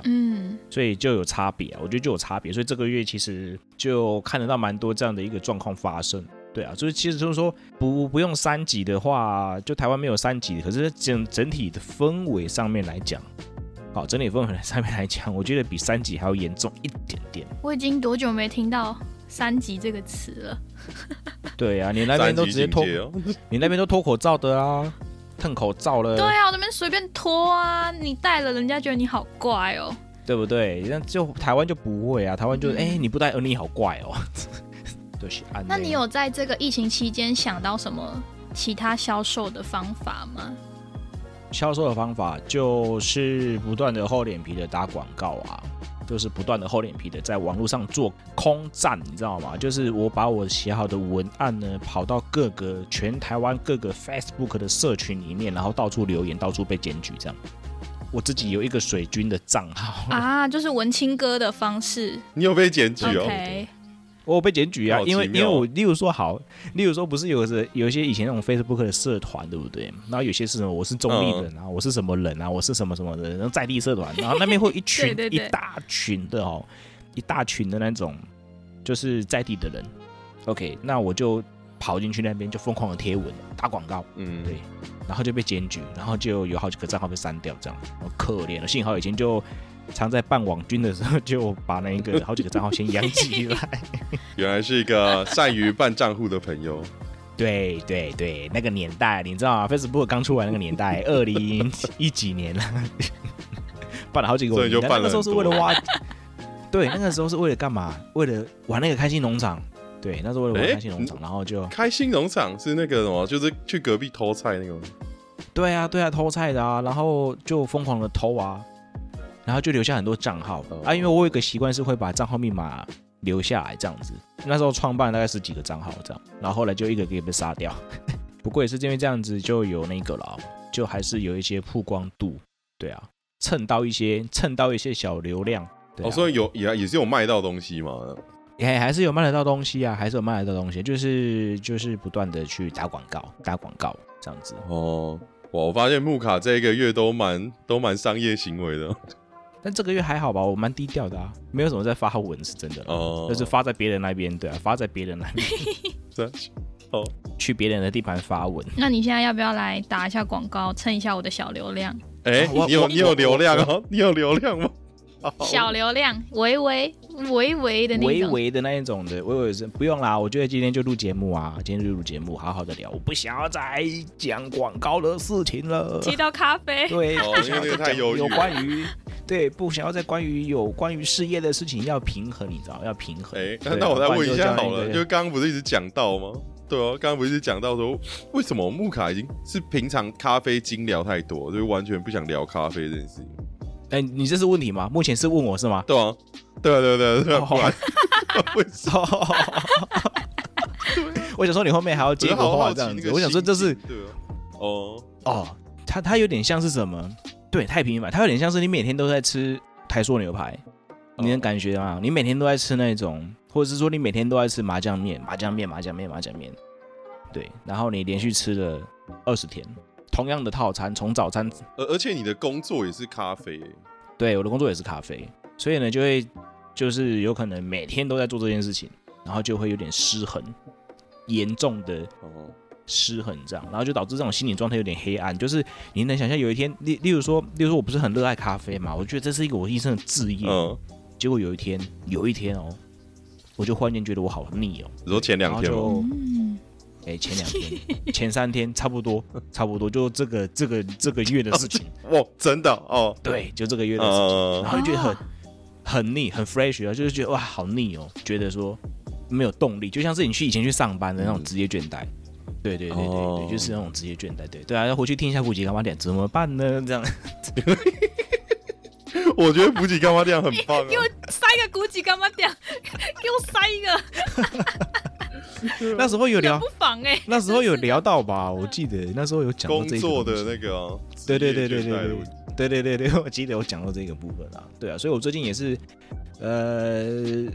嗯，所以就有差别、啊，我觉得就有差别，所以这个月其实就看得到蛮多这样的一个状况发生。对啊，所以其实就是说不不用三级的话，就台湾没有三级，可是整整体的氛围上面来讲，好，整体氛围上面来讲，我觉得比三级还要严重一点点。我已经多久没听到“三级”这个词了？对啊，你那边都直接三级脱警，戒哦，你那边都脱口罩的啊，蹭口罩了，对啊，我那边随便脱啊，你戴了，人家觉得你好怪哦。对不对？那就台湾就不会啊，台湾就哎、你不戴，呃你好怪哦。 就是安内嗯那你有在这个疫情期间想到什么其他销售的方法吗？销售的方法就是不断的厚脸皮的打广告啊，就是不断的厚脸皮的在网络上做空战，你知道吗？就是我把我写好的文案呢，跑到各个全台湾各个 Facebook 的社群里面，然后到处留言，到处被检举这样。我自己有一个水军的账号，啊，就是文青哥的方式。你有被检举哦？ OK，我有被检举啊，好奇因为因为妙哦我例如说好，例如说不是有的有一些以前那种 Facebook 的社团，对不对？然后有些是什么我是中立人啊，嗯我是什么人啊，我是什么什么人，然后在地社团，然后那边会有一群对对对一大群的哦，一大群的那种就是在地的人。OK，那我就跑进去那边就疯狂的贴文打广告，嗯，对哦然后就被检举，然后就有好几个账号被删掉，这样好可怜了。幸好以前就常在办网军的时候，就把那个好几个账号先 养起来。原来是一个善于办账户的朋友。对对对，那个年代你知道啊，Facebook 刚出来那个 年代，二零一几年了， 办了好几个所网以军，就但办那了个时候很是为了挖，对，那个时候是为了干嘛？为了玩那个开心农场。对，那时候为了玩诶开心农场，然后就开心农场是那个什么，就是去隔壁偷菜那种。对啊，对啊，偷菜的啊，然后就疯狂的偷啊，然后就留下很多账号、哦啊，因为我有一个习惯是会把账号密码留下来这样子，那时候创办大概十几个账号这样，然后后来就一个个被杀掉， 不过也是因为这样子就有那个了，就还是有一些曝光度，对啊，蹭到一些蹭到一些小流量，对哦，啊、所以有也也是有卖到东西嘛。也还是有卖得到东西啊，还是有卖得到东西，就是就是不断的去打广告，打广告这样子。哦，哇，我发现木卡这一个月都蛮都蛮商业行为的。但这个月还好吧，我蛮低调的啊，没有什么在发文是真的啦，哦，就是发在别人那边，对啊，发在别人那边，这去别人的地盘 发文。那你现在要不要来打一下广告，蹭一下我的小流量？哎、啊我你有我你有流量哦，你有流量吗？哦小流量，微微微微的那微种。微的那一种的，微微是不用啦，我觉得今天就录节目啊，今天就录节目，好好的聊，我不想要再讲广告的事情了。提到咖 啡， 对，哦不想要因为那个再太讲忧郁有了关于对，不想要再关于有关于事业的事情要平衡，你知道，要平衡。哎、那对啊那我再不然问一就下这样好了，一个就刚刚不是一直讲到吗？对哦，刚刚不是一直讲到说，为什么木卡已经是平常咖啡精聊太多，就是完全不想聊咖啡这件事情。哎、你这是问题吗？目前是问我是吗？对啊，对啊，对啊，对啊，对啊，哦不然为什么？ 我想说你后面还要接我一个好好话奇这样那子，个我想说心这是情对啊，哦，哦，它它有点像是什么？对，太平凡，它有点像是你每天都在吃台塑牛排，你能感觉吗？你每天都在吃那种，或者是说你每天都在吃麻酱面、麻酱面、麻酱面、麻酱面，对，然后你连续吃了二十天，同样的套餐，从早餐，而而且你的工作也是咖啡、欸对，我的工作也是咖啡，所以呢，就会就是有可能每天都在做这件事情，然后就会有点失衡，严重的哦，失衡这样，然后就导致这种心理状态有点黑暗。就是你能想象有一天，例例如说，例如说我不是很热爱咖啡嘛，我觉得这是一个我一生的志业。嗯，结果有一天，有一天哦，我就忽然间觉得我好腻哦。你说前两天哦然吗？后就嗯，哎，前两天、前三天差不多，差不多就这个这个这个月的 事情，哇，真的哦，对，就这个月的事情，嗯然，后就觉得很哦很腻，很 fresh 啊，就是觉得哇，好腻哦，觉得说没有动力，就像是你去以前去上班的那种职业倦怠。对对对对对，哦就是那种职业倦怠，对对啊，要回去听一下古籍干嘛点怎么办呢？这样嗯 我觉得补给干妈店很棒啊 给。我塞一个古籍干嘛点？ 给我塞一个，那时候有冷聊不，防哎、那时候有聊到吧？我记得那时候有讲到工这个作东的西那个啊，对对对对职业倦怠的对问题对对对对，我记得我讲到这个部分啊，对啊，所以我最近也是呃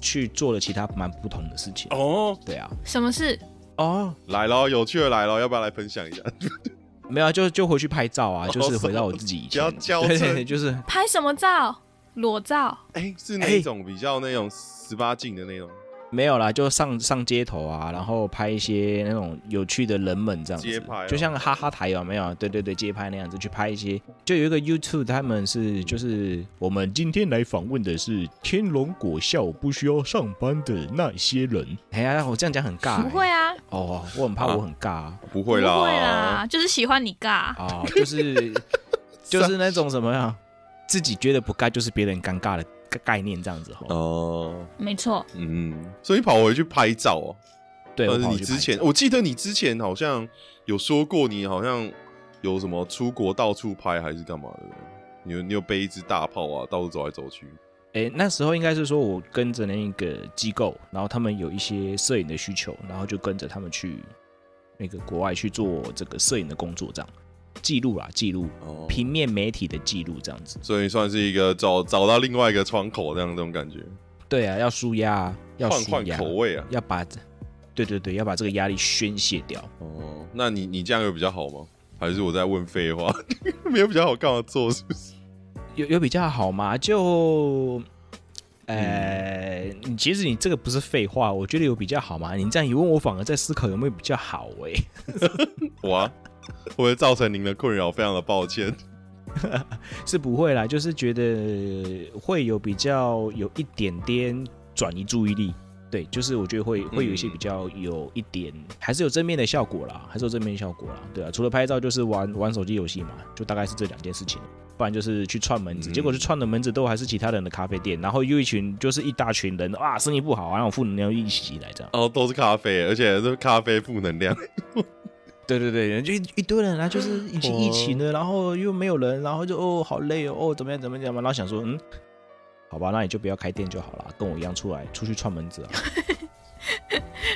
去做了其他蛮不同的事情，哦，对啊，什么事？哦，来喽，有趣的来喽，要不要来分享一 下？没有啊，就就回去拍照啊，哦就是回到我自己 以不要前，较对真对对， 就是拍什么照？裸照？哎，是那种比较那种十八禁的那种没有啦，就上上街头啊，然后拍一些那种有趣的人们这样子，街拍哦就像哈哈台有没有？对对对，街拍那样子去拍一些，就有一个 YouTube 他们是嗯就是我们今天来访问的是天龙果校不需要上班的那些人。哎呀，我这样讲很尬、欸，不会啊，哦，我很怕我很尬啊，不会啦，不会啦，就是喜欢你尬。哦就 是啊就是那种什么呀，自己觉得不尬就是别人尴尬的概概念这样子哦。哦，没错，嗯，所以跑回去拍照哦。对，但我是跑你去拍之前，照我记得你之前好像有说过，你好像有什么出国到处拍还是干嘛的？你有你有背一支大炮啊，到处走来走去。诶，那时候应该是说我跟着那个机构，然后他们有一些摄影的需求，然后就跟着他们去那个国外去做这个摄影的工作，这样记录啦，记录哦，平面媒体的记录这样子。所以算是一个找找到另外一个窗口这样这种感觉，对啊，要舒压啊，要换舒换压，口味啊。要把这，对对对，要把这个压力宣泄掉。哦，那你你这样有比较好吗？还是我在问废话？ 没有比较好，干嘛做？是不是？ 有有比较好吗？就，呃，嗯你其实你这个不是废话，我觉得有比较好吗？你这样一问我，反而在思考有没有比较好诶。啊哇，会不会造成您的困扰？非常的抱歉。 是不会啦，就是觉得会有比较有一点点转移注意力，对，就是我觉得会会有一些比较有一点，还是有正面的效果啦，还是有正面的效果啦，对啊，除了拍照就是玩玩手机游戏嘛，就大概是这两件事情，不然就是去串门子，嗯结果去串的门子都还是其他人的咖啡店，然后又一群就是一大群人，哇，生意不好啊，然后负能量又一起来这样。然后都是咖啡，而且是咖啡负能量。 对对对，就一一堆人啊，就是已经哦疫情了，然后又没有人，然后就哦好累哦，哦怎么样怎么样怎么样，然后想说嗯，好吧，那你就不要开店就好了，跟我一样出来出去串门 子啊。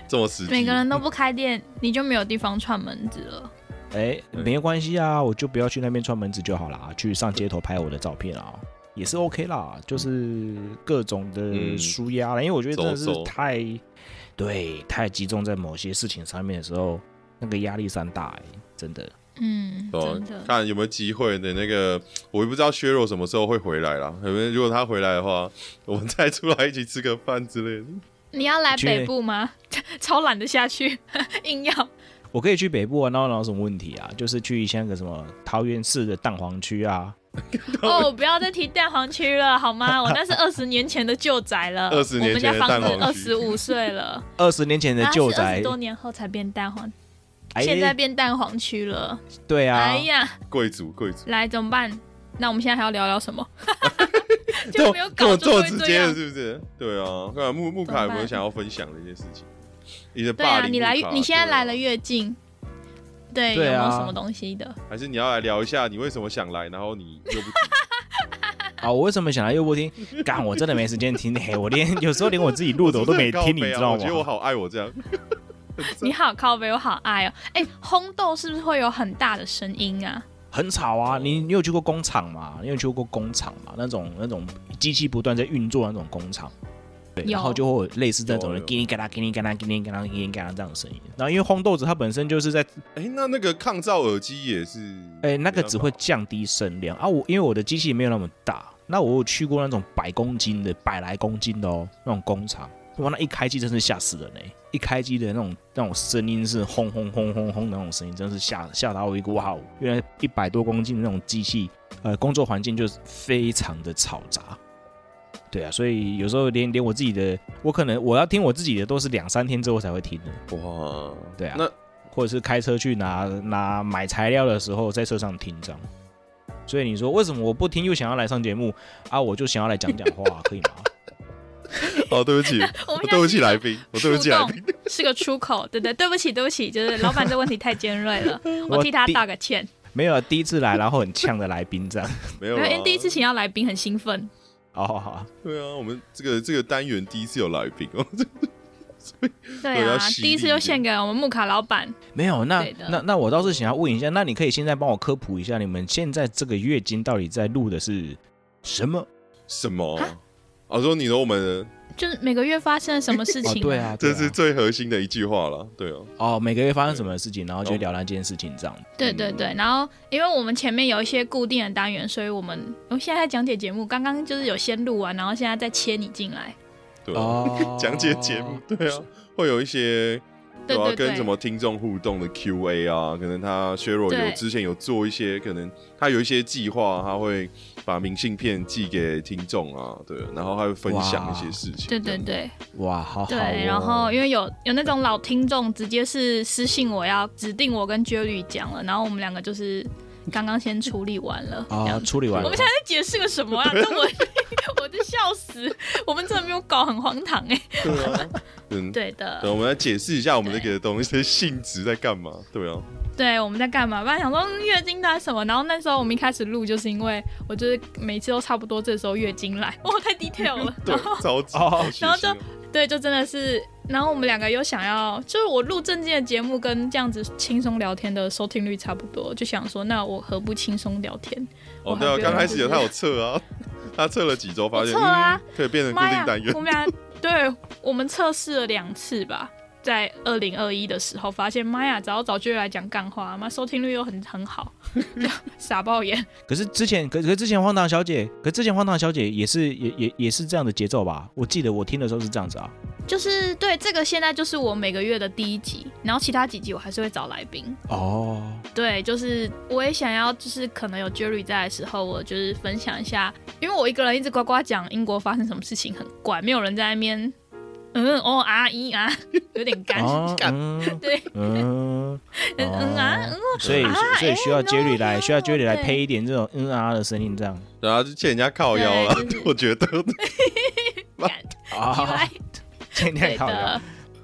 这么实际，每个人都不开店，你就没有地方串门子了。哎，没有关系啊，我就不要去那边串门子就好啦，去上街头拍我的照片啊，也是 OK 啦，就是各种的嗯舒压啦，因为我觉得真的是走走太对太集中在某些事情上面的时候，那个压力山大哎、真的。嗯，哦真的。看有没有机会的那个，我也不知道削肉什么时候会回来啦。可能如果他回来的话，我们再出来一起吃个饭之类的。你要来去北部吗？ 超懒得下去， 硬要。我可以去北部啊，那有什么问题啊？就是去像个什么桃园市的蛋黄区啊，哦，不要再提蛋黄区了好吗？我那是二十年前的旧宅 了， 20年前的我们蛋家黄房区子二十五岁了，二十年前的然后旧啊是二宅十，多年后才变蛋黄，哎现在变蛋黄区了。对啊，哎呀，贵族，贵族，来怎么办？那我们现在还要聊聊 什么？这就没有么这搞么就会直这接样的，是不是？对啊，看木木怎么卡有没有办想要分享的一件事情？你的对霸啊，凌你来木卡，你现在对啊来了，越近，对，对有没啊有什么东西的？还是你要来聊一下你为什么想来，然后你又不啊，我为什么想来又不听？干，我真的没时间听， 嘿，我连有时候连我自己 录的我都没是不是很听，你高飞啊知道我觉得我吗？好爱我这样，你好靠北，我好爱哦。哎、烘豆是不是会有很大的声音啊？很吵哦啊！你你有去过工厂吗？你有去过工厂吗？那种那种机器不断在运作的那种工厂，对，有然后就会有类似那种有人有叽里嘎啦、叽里嘎啦、叽里嘎啦、叽里嘎啦这样的声音。然后因为烘豆子它本身就是在哎，那那个抗噪耳机也是，哎、那个只没会办法降低声量啊！我因为我的机器没有那么大，那我有去过那种百公斤的、百来公斤的哦，那种工厂，哇，那一开机真是吓死人哎、一开机的那种那种声音是轰轰轰轰轰的那种声音，真是吓吓到我一个哇哦！原来一百多公斤的那种机器，呃，工作环境就是非常的嘈杂。对啊，所以有时候连连我自己的，我可能我要听我自己的都是两三天之后才会听的，哇，对啊那或者是开车去拿拿买材料的时候在车上听这样。所以你说为什么我不听又想要来上节目啊？我就想要来讲讲话，可以吗？ 哦，对不起，我 我们现在对不起来宾，我对不起来宾。树洞是个出口，对对，对不起，对不起，就是老板这问题太尖 锐了，我替他第道个歉。没有啊第一次来，然后很呛的来宾这样。 没有因啊，为第一次请到来宾很兴奋，哦，好好对啊，我们这个这个单元第一次有来宾哦，对对要啊，犀利第一次就献给我们木卡老板。没有那对的那那我倒是想要问一下，那你可以现在帮我科普一下，你们现在这个月经到底在录的是什么？什么啊？我说你说我们就是每个月发生了什么事哦情、，对啊，对这啊是最核心的一句话了，对啊，哦，每个月发生什么事情，然后就聊那件事情这样。对对嗯对，然后因为我们前面有一些固定的单元，所以我们我现在在讲解节目，刚刚就是有先录完，然后现在再切你进来。对啊，哦讲解节目，对啊，会有一些。对啊，对对跟什么听众互动的 Q&A 啊，可能他削弱有对之前有做一些，可能他有一些计划，他会把明信片寄给听众啊，对，然后他会分享一些事情，对对这样，对哇，好好、哦。对，然后因为有有那种老听众直接是私信我要指定我跟 Jerry 讲了，然后我们两个就是刚刚先处理完了，这啊样，子。处理完我了们现在在解释个什么啊？这我 我就笑死，我们真的没有搞很荒唐哎、对啊， 嗯，对对，的，我们来解释一下我们这个东西的性质在干嘛，对啊，对，我们在干嘛？本来想说嗯月经到底什么，然后那时候我们一开始录就是因为我就是每次都差不多这时候月经来， 哇，太 detail 了。对，着急，哦好血然后腥哦对，就真的是，然后我们两个又想要，就是我录正经的节目跟这样子轻松聊天的收听率差不多，就想说那我何不轻松聊天？哦我，还对啊，不刚开始用有他有测啊，他测了几周，发现我测啊嗯可以变成固妈呀定单元我，们俩对我们测试了两次吧，在二零二一的时候发现，妈呀，早早就来讲干话，妈收听率又很很好， 傻爆眼。可是之前，可可是之前荒唐小姐，可是之前荒唐小姐也是也也也是这样的节奏吧？我记得我听的时候是这样子啊。就是对这个现在就是我每个月的第一集，然后其他几集我还是会找来宾。哦，对，就是我也想要，就是可能有 Jerry 在的时候，我就是分享一下，因为我一个人一直呱呱讲英国发生什么事情很怪，没有人在那边，嗯哦啊一啊， 有点 干，啊干嗯对，嗯嗯嗯啊嗯哦所以啊所以需要哎 Jerry 来， no，需要 Jerry 来对配一点这种嗯啊的声音，这样然后就欠人家靠腰了对就，是 我觉得。干意啊外，今天嗯对考的的。，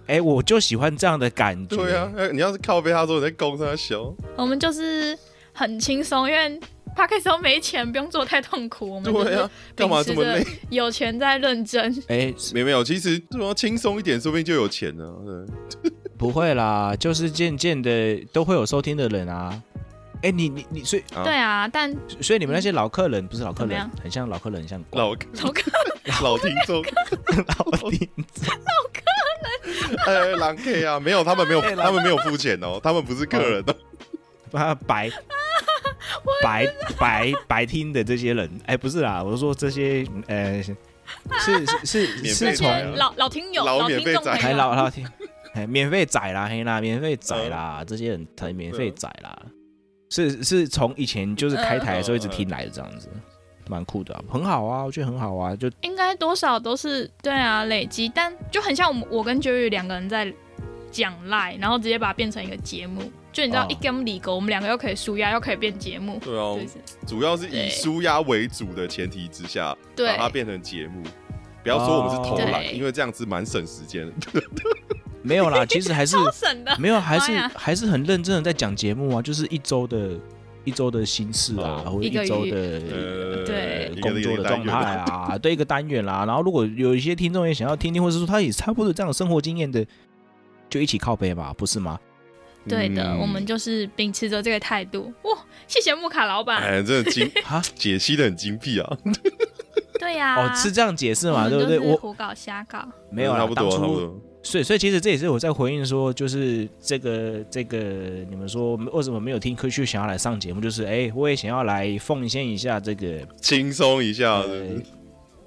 哎，我就喜欢这样的感觉。对啊，，你要是靠背他说你在攻他小，我们就是很轻松，因为 p o d c a s 都没钱，不用做太痛苦，我们就对是啊，干嘛这么累秉？ 有钱在认真，哎，没有没有，其实这么轻松一点，说不定就有钱了。对不会啦，就是渐渐的都会有收听的人啊。哎，你你你，所以啊对啊，但所以你们那些老客人不是老客嗯怎么人样，很像老客人，很像鬼老 老客老听众，老弟。哎，狼 K 啊，没有，他们没有，哎他们没有付钱哦，他们不是客人哦。啊， 白白白白听的这些人，哎，不是啦，我是说这些呃，是是是免费是啊从那些仔从老老听友、老免听费众仔朋还友，老老听，哎，免费仔啦，嘿嗯啦，免费仔啦，这些人才免费仔啦，是是从以前就是开台的时候一直听来的这样嗯子，蛮酷的啊、很好啊，我觉得很好啊，就应该多少都是对啊，累积，但就很像我们我跟 Jerry 两个人在讲 lie，然后直接把它变成一个节目，就你知道、哦一 game 理狗，我们两个又可以舒压，又可以变节目，对啊就，是主要是以对舒压为主的前提之下，把对它变成节目。不要说我们是偷哦懒，对因为这样子蛮省时间的。没有 啦，其实还是超省的。没有，还妈是呀还是很认真的在讲节目啊，就是一周的一周的心事啊，哦或者一个一周月的呃对一个哎工作一的个单状元态啊，对一个单元啦。然后如果有一些听众也想要听听，或者说他也差不多有这样的生活经验的，就一起靠背吧，不是吗？对的，嗯我们就是秉持着这个态度。哇，谢谢木卡老板。哎，真的精啊，解析的很精辟啊。对呀、哦，是这样解释啊我嘛，们对不对？就是我胡搞瞎搞，没有啦，嗯差不多，当差初不多。所以，所以其实这也是我在回应说，就是这个这个，你们说为什么没有听科学想要来上节目？就是哎、我也想要来奉献一下这个轻松一下，嗯是呃不是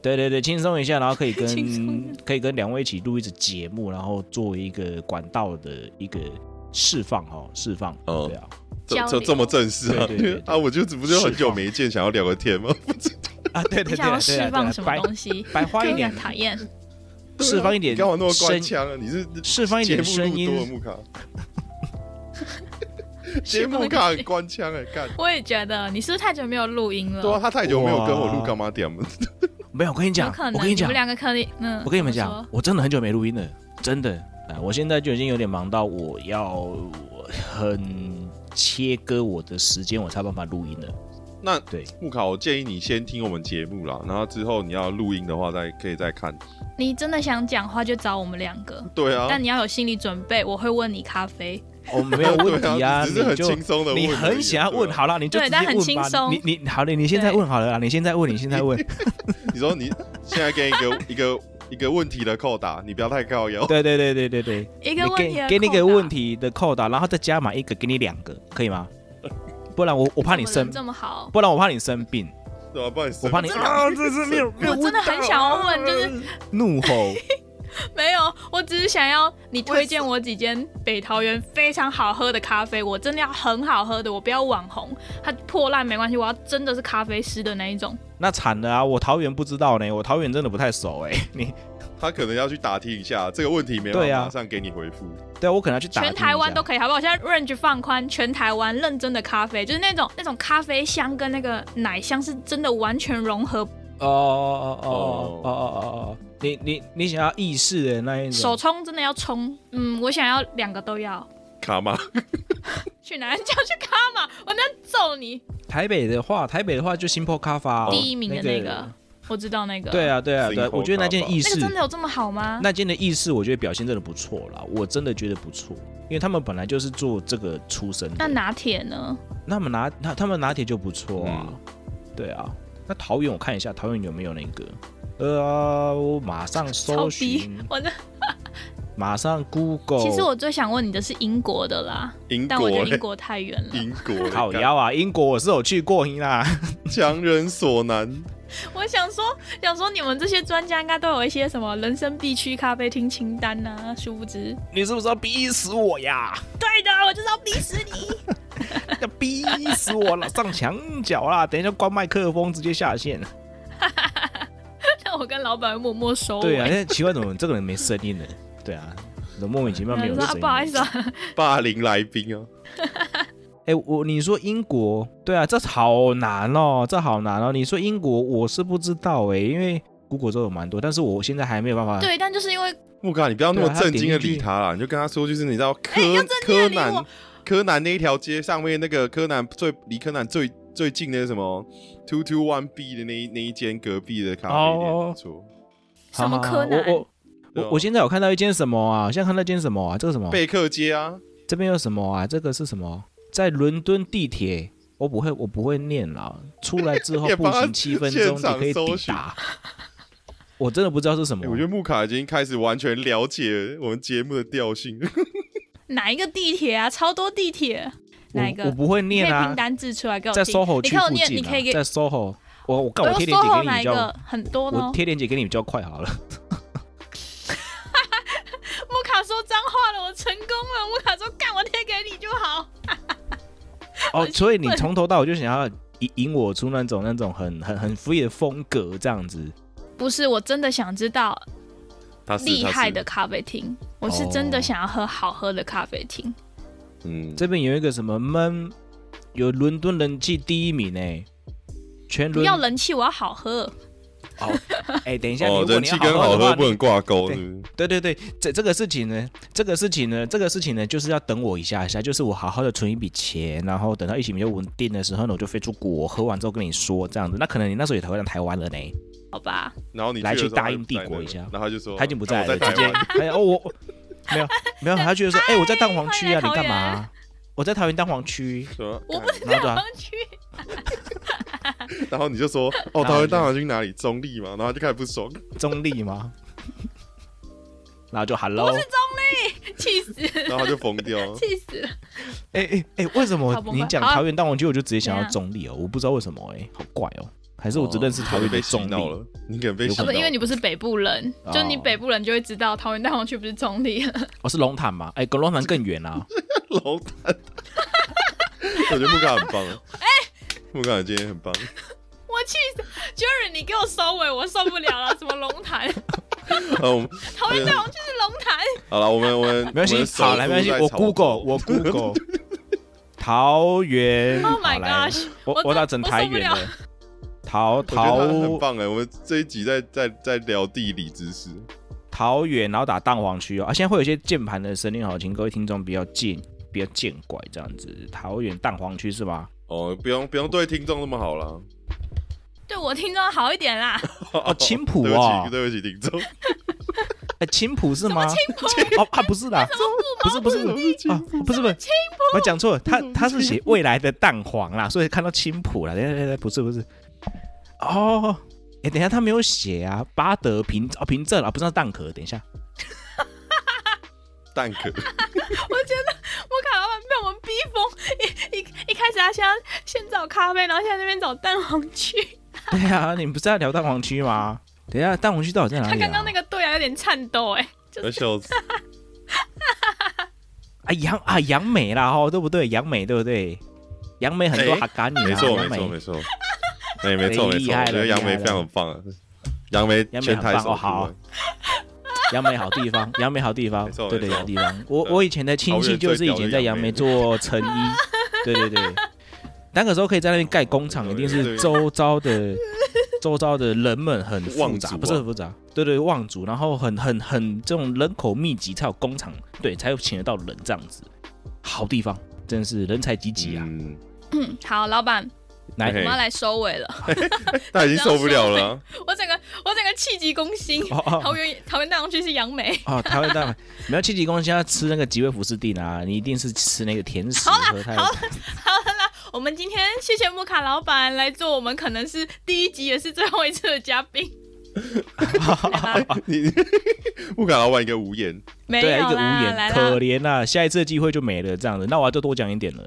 对对对，轻松一下，然后可以 轻松跟可以跟两位一起录一支节目，然后作为一个管道的一个释放哦，释放，哦对啊，交这流这这么正式啊对对对对？ 啊，我就只不就很久没见，想要聊个天吗？啊，对 你对对想要啊，对释啊，对啊放什么白东西？ 白花一有点点，讨厌。 释放一点你干嘛那么官声，腔啊？你是释放一节点目声录多了音，木卡，节目卡很官腔哎，干。我也觉得，你是不是太久没有录音了？对啊，他太久没有跟我录哇干嘛点了？没有，我跟你有讲可，能啊我跟你讲们，两个可以，嗯，我跟你们怎么讲说，，我真的很久没录音了，真的啊！我现在就已经有点忙到我要很切割我的时间，我才有办法录音了。那对木卡，我建议你先听我们节目啦，然后之后你要录音的话，再可以再看。你真的想讲话就找我们两个，对啊，但你要有心理准备，我会问你咖啡。哦，没有 问题啊，只是很你就轻松的问而已，你很想要问，对啊，好了，你就对直接但很问轻吧。松你你好了，你现在对问好了啦，你现在问，你现在问。你说你现在给你一个 一个一个问题的扣打，你不要太靠腰。对对对对对对，一你个问题给的啊给你一个扣打问，题的扣打，然后再加满一个，给你两个，可以吗？不然我我怕你怎么生人，这么好，不然我怕你生病，对吧？不然我生怕你病啊，这是没有，没有我真的问到很想要问就是怒吼。没有，我只是想要你推荐我几间北桃园非常好喝的咖啡，我真的要很好喝的，我不要网红，它破烂没关系，我要真的是咖啡师的那一种。那惨了啊！我桃园不知道呢，我桃园真的不太熟哎。你他可能要去打听一下这个问题，没办对法啊马上给你回复。对啊我可能要去打听全一台湾下都可以，好不好？现在 range 放宽，全台湾认真的咖啡，就是那种那种咖啡香跟那个奶香是真的完全融合，哦哦哦哦哦哦哦哦，你你你想要意式的那一手种，冲真的要冲。嗯，我想要两个都要。卡吗？去哪？你叫去卡嘛？我能揍你！台北的话，台北的话就新破咖啡第一名的那个，我知道那个。哦对，啊，对啊，对啊 Simple，我觉得那件意那个式，真的有这么好吗？那件的意式，我觉得表现真的不错啦，我真的觉得不错，因为他们本来就是做这个出身那的，拿铁呢？那他们拿他他们拿铁就不错啊，对啊。那桃园我看一下桃园有没有那个，呃，我马上超搜逼寻，！哦我的。马上 Google。其实我最想问你的是英国的啦，英但我觉国得英嘞，国太远了。英国嘞靠啊干腰啊，英国我是有去过啦，强人所难。我想说，想说你们这些专家应该都有一些什么人生必去咖啡厅清单呐、殊不知，你是不是要逼死我呀？对的，我就是要逼死你。 要逼死我了，上墙角啦！等一下关麦克风，直接下线。哦那我跟老板默默收尾。对啊，现在奇怪怎么这个人没声音呢？对啊，怎么莫名其妙没有说、啊、声不好意音？思啊，霸凌来宾哦，哎、我你说英国，对啊，这好难哦，这好难哦。你说英国，我是不知道哎、因为 Google 都有蛮多，但是我现在还没有办法。对，但就是因为木卡，你不要那么对啊他震惊的点进去理他啦，你就跟他说，就是你知道柯、哎要震惊啊柯地理南我柯南那一条街上面那个柯南最离柯南最最近的什么 two two one B 的那一那一间隔壁的咖啡店，哦不错，什么好好柯南好我我对我啊我现在有看到一间什么啊？现在看到一间什么啊？这个什么？贝克街啊，这边有什么啊？这个是什么？在伦敦地铁，我不会，我不会念啦。出来之 后也步帮他行七分现钟，场你可以搜抵寻达。我真的不知道是什么哎，我觉得木卡已经开始完全了解我们节目的调性，哪一个地铁啊，超多地铁，哪一我我个？不会你可念以啊凭，单字出来给我在听。 SOHO 你区看我附念，近你啊可以，给在 SOHO，我我干我我要贴链接 SOHO 给你哪比一较，个很多哦呢我？贴链接给你比较 快好了。木卡说脏话了，我成功了。木卡说干，我贴给你就好。哦，所以你对从头到尾就想要引引我出那种那种很很很 free 的风格这样子。不是，我真的想知道啊他是厉害，的他咖啡厅，我是真的想要喝好喝的咖啡厅。哦是 嗯，这边有一个什么闷，有伦敦人气第一名哎，全不伦要人气，我要好喝。哦，哎、等一下，哦，如果人你气要跟好好的话喝不能挂钩，对是不是？对对对，这这个事情呢，这个事情呢，这个事情呢，就是要等我一下下，就是我好好的存一笔钱，然后等到疫情比较稳定的时候呢，我就飞出国，喝完之后跟你说这样子。那可能你那时候也台湾台湾了呢，好吧，然后你来的去时候大他就英不帝在国那一了下然后他就说他已经不啊在我了，台直接湾，哎哦我我没有没有，他就说哎、我在蛋黄区啊，嗨你干嘛、桃我在桃园蛋黄区，说我不干是然后对啊想去。然后你就 说，哦，台湾大马军哪里中立嘛，然后他就开始不 爽。中立吗？ 然后就 hello，不是啊中立，气死，然后他就疯掉。气死了！哎哎哎，为什么好崩溃你讲好啊嗯桃园蛋黄区，我就直接想怎到样中立哦？我不知道为什么哎、好怪哦，还是我只认识桃你园被的洗中立脑了，你可能被洗有啊，脑不，。因为你不是北部人，哦就你北部人就会知道桃园大红区不是中立了。哦，是龙潭吗？哎、跟龙潭更远 啊。老蛋，我觉得木卡很棒。 哎，木卡今天很棒。我气死，Jerry，你给我收尾，我受不了了。什么龙 潭，好，我们桃园大红区是龙潭，好了，我们我们没关我系们，手好，来，没关系，都在我吵 Google，我 Google，桃园 Oh my 好来 gosh，我我真我打整我台受不远了了，桃我觉得桃他很棒哎，我们这一集在在在聊地理知识。桃园，然后打蛋黄区哦，啊，现在会有一些键盘的声音哦，请各位听众不要见不要见怪这样子，桃园蛋黄区是吧？哦，不用不用对听众那么好了。对我听众好一点 啦。哦青浦对不哦起，对不起，听众。哎，青浦是吗？青浦，哦啊，不是啦，不是不是为什么是青啊，不是不是青浦，我讲错了，他他是写未来的蛋黄啦，所以看到青浦啦，等一下等一下等一下不是不是，哦，哎，等一下他没有写啊，巴德平哦平镇啊，不是那蛋壳，等一下， 蛋 壳，我卡老板被我们逼疯，一一一开始他先先找咖啡，然后现在那边找蛋黄区。对啊，你们不是在聊蛋黄区吗？等一下，蛋黄区到底在哪他里、啊？刚刚那个对啊有点颤抖哎、要笑 死。啊杨啊杨梅啦哦，对不对？杨梅对不对？杨梅很多哎哈嘎尼啊，没错，没杨梅错，没错， 哎，没错，没厉错，害我了觉得杨梅厉害了非常棒啊，杨梅杨梅全很台棒首哦好富啊杨梅好地 方，杨梅好地方没，错对对没错好地方。我对我以前的亲戚就是以前在杨梅做成衣，对对对。那个时候可以在那边盖工厂，对一定对是周遭的周遭的人们很复望族杂，啊不是很复杂，对对望族，然后很很很这种人口密集才有工厂，对，才有请得到人这样子。好地方，真是人才济济啊！嗯，嗯，好，老板，来我们要嘿来收尾 了。他已经受不了了啊。我整个我整个气急攻 心。哦哦桃园桃园大红区是杨梅。哦，台湾大碗，你要七级公斤要吃那个吉味福士定啊，你一定是吃那个甜食和它的好好了啦，我们今天谢谢木卡老板来做我们可能是第一集也是最后一次的嘉宾。来吧 你你木卡老板一个无言，没对啊，一有个无啦，来言，啦可，怜啊，下一次的机会就没了这样子。那我要就多讲一点了。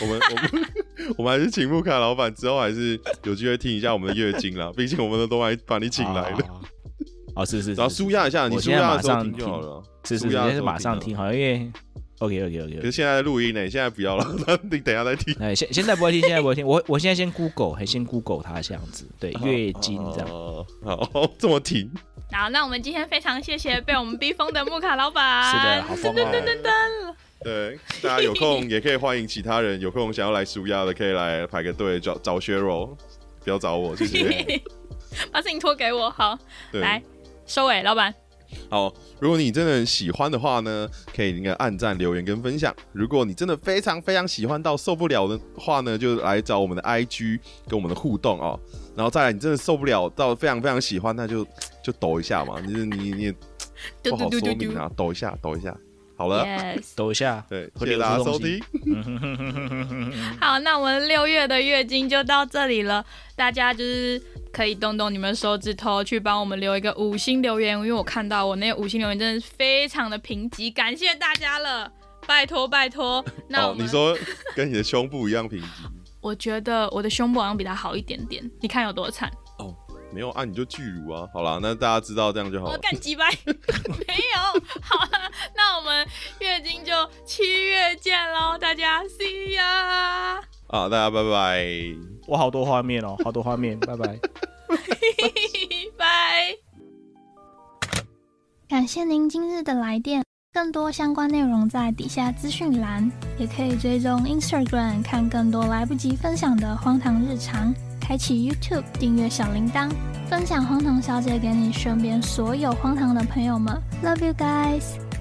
我们我们 我们还是请木卡老板之后还是有机会听一下我们的月经 啦，毕竟我们都都还把你请来了，啊。哦，是是，然后舒压一下，你我舒现在压马的时候上听听就好了。是是舒是，压的但时是候马上听听啊好，因为 OK OK 可 OK 是 OK。现在录音呢，现在不要了， 你等一下再听。哎，现现在不会听，现在不会听。我我现在先 Google，还先 Google 它这样子，对，月经这样。哦，好， 这么停。好，那我们今天非常谢谢被我们逼疯的木卡老板。是的，好疯 哦！对，大家有空也可以欢迎其他人，有空想要来舒压的，可以来排个队找找削弱，不要找我，谢 谢。把事情托给我，好，对，来收尾，老板。好，如果你真的很喜欢的话呢，可以那个按赞、留言跟分享。如果你真的非常非常喜欢到受不了的话呢，就来找我们的 IG 跟我们的互动哦。然后再来，你真的受不了到非常非常喜欢，那就就抖一下嘛，你你你也不好说明啊，抖一下，抖一下。好了 Yes，抖一下，对，谢会谢流出大家收东西听，好，那我们六月的月经就到这里了，大家就是可以动动你们手指头去帮我们留一个五星留言，因为我看到我那个五星留言真的是非常的贫瘠，感谢大家了，拜托拜托。那我哦，们、你说跟你的胸部一样平直，我觉得我的胸部好像比他好一点点，你看有多惨。没有啊，你就巨乳啊。好啦，那大家知道这样就好我了。干鸡掰， 没有。好了，那我们月经就七月见喽，大家 see ya。啊，大家拜拜。哇，好多画面哦，好多画面，拜拜。 拜。感谢您今日的来电，更多相关内容在底下资讯栏，也可以追踪 Instagram 看更多来不及分享的荒唐日常，开启 YouTube 订阅小铃铛，分享荒唐小姐给你身边所有荒唐的朋友们，Love you guys。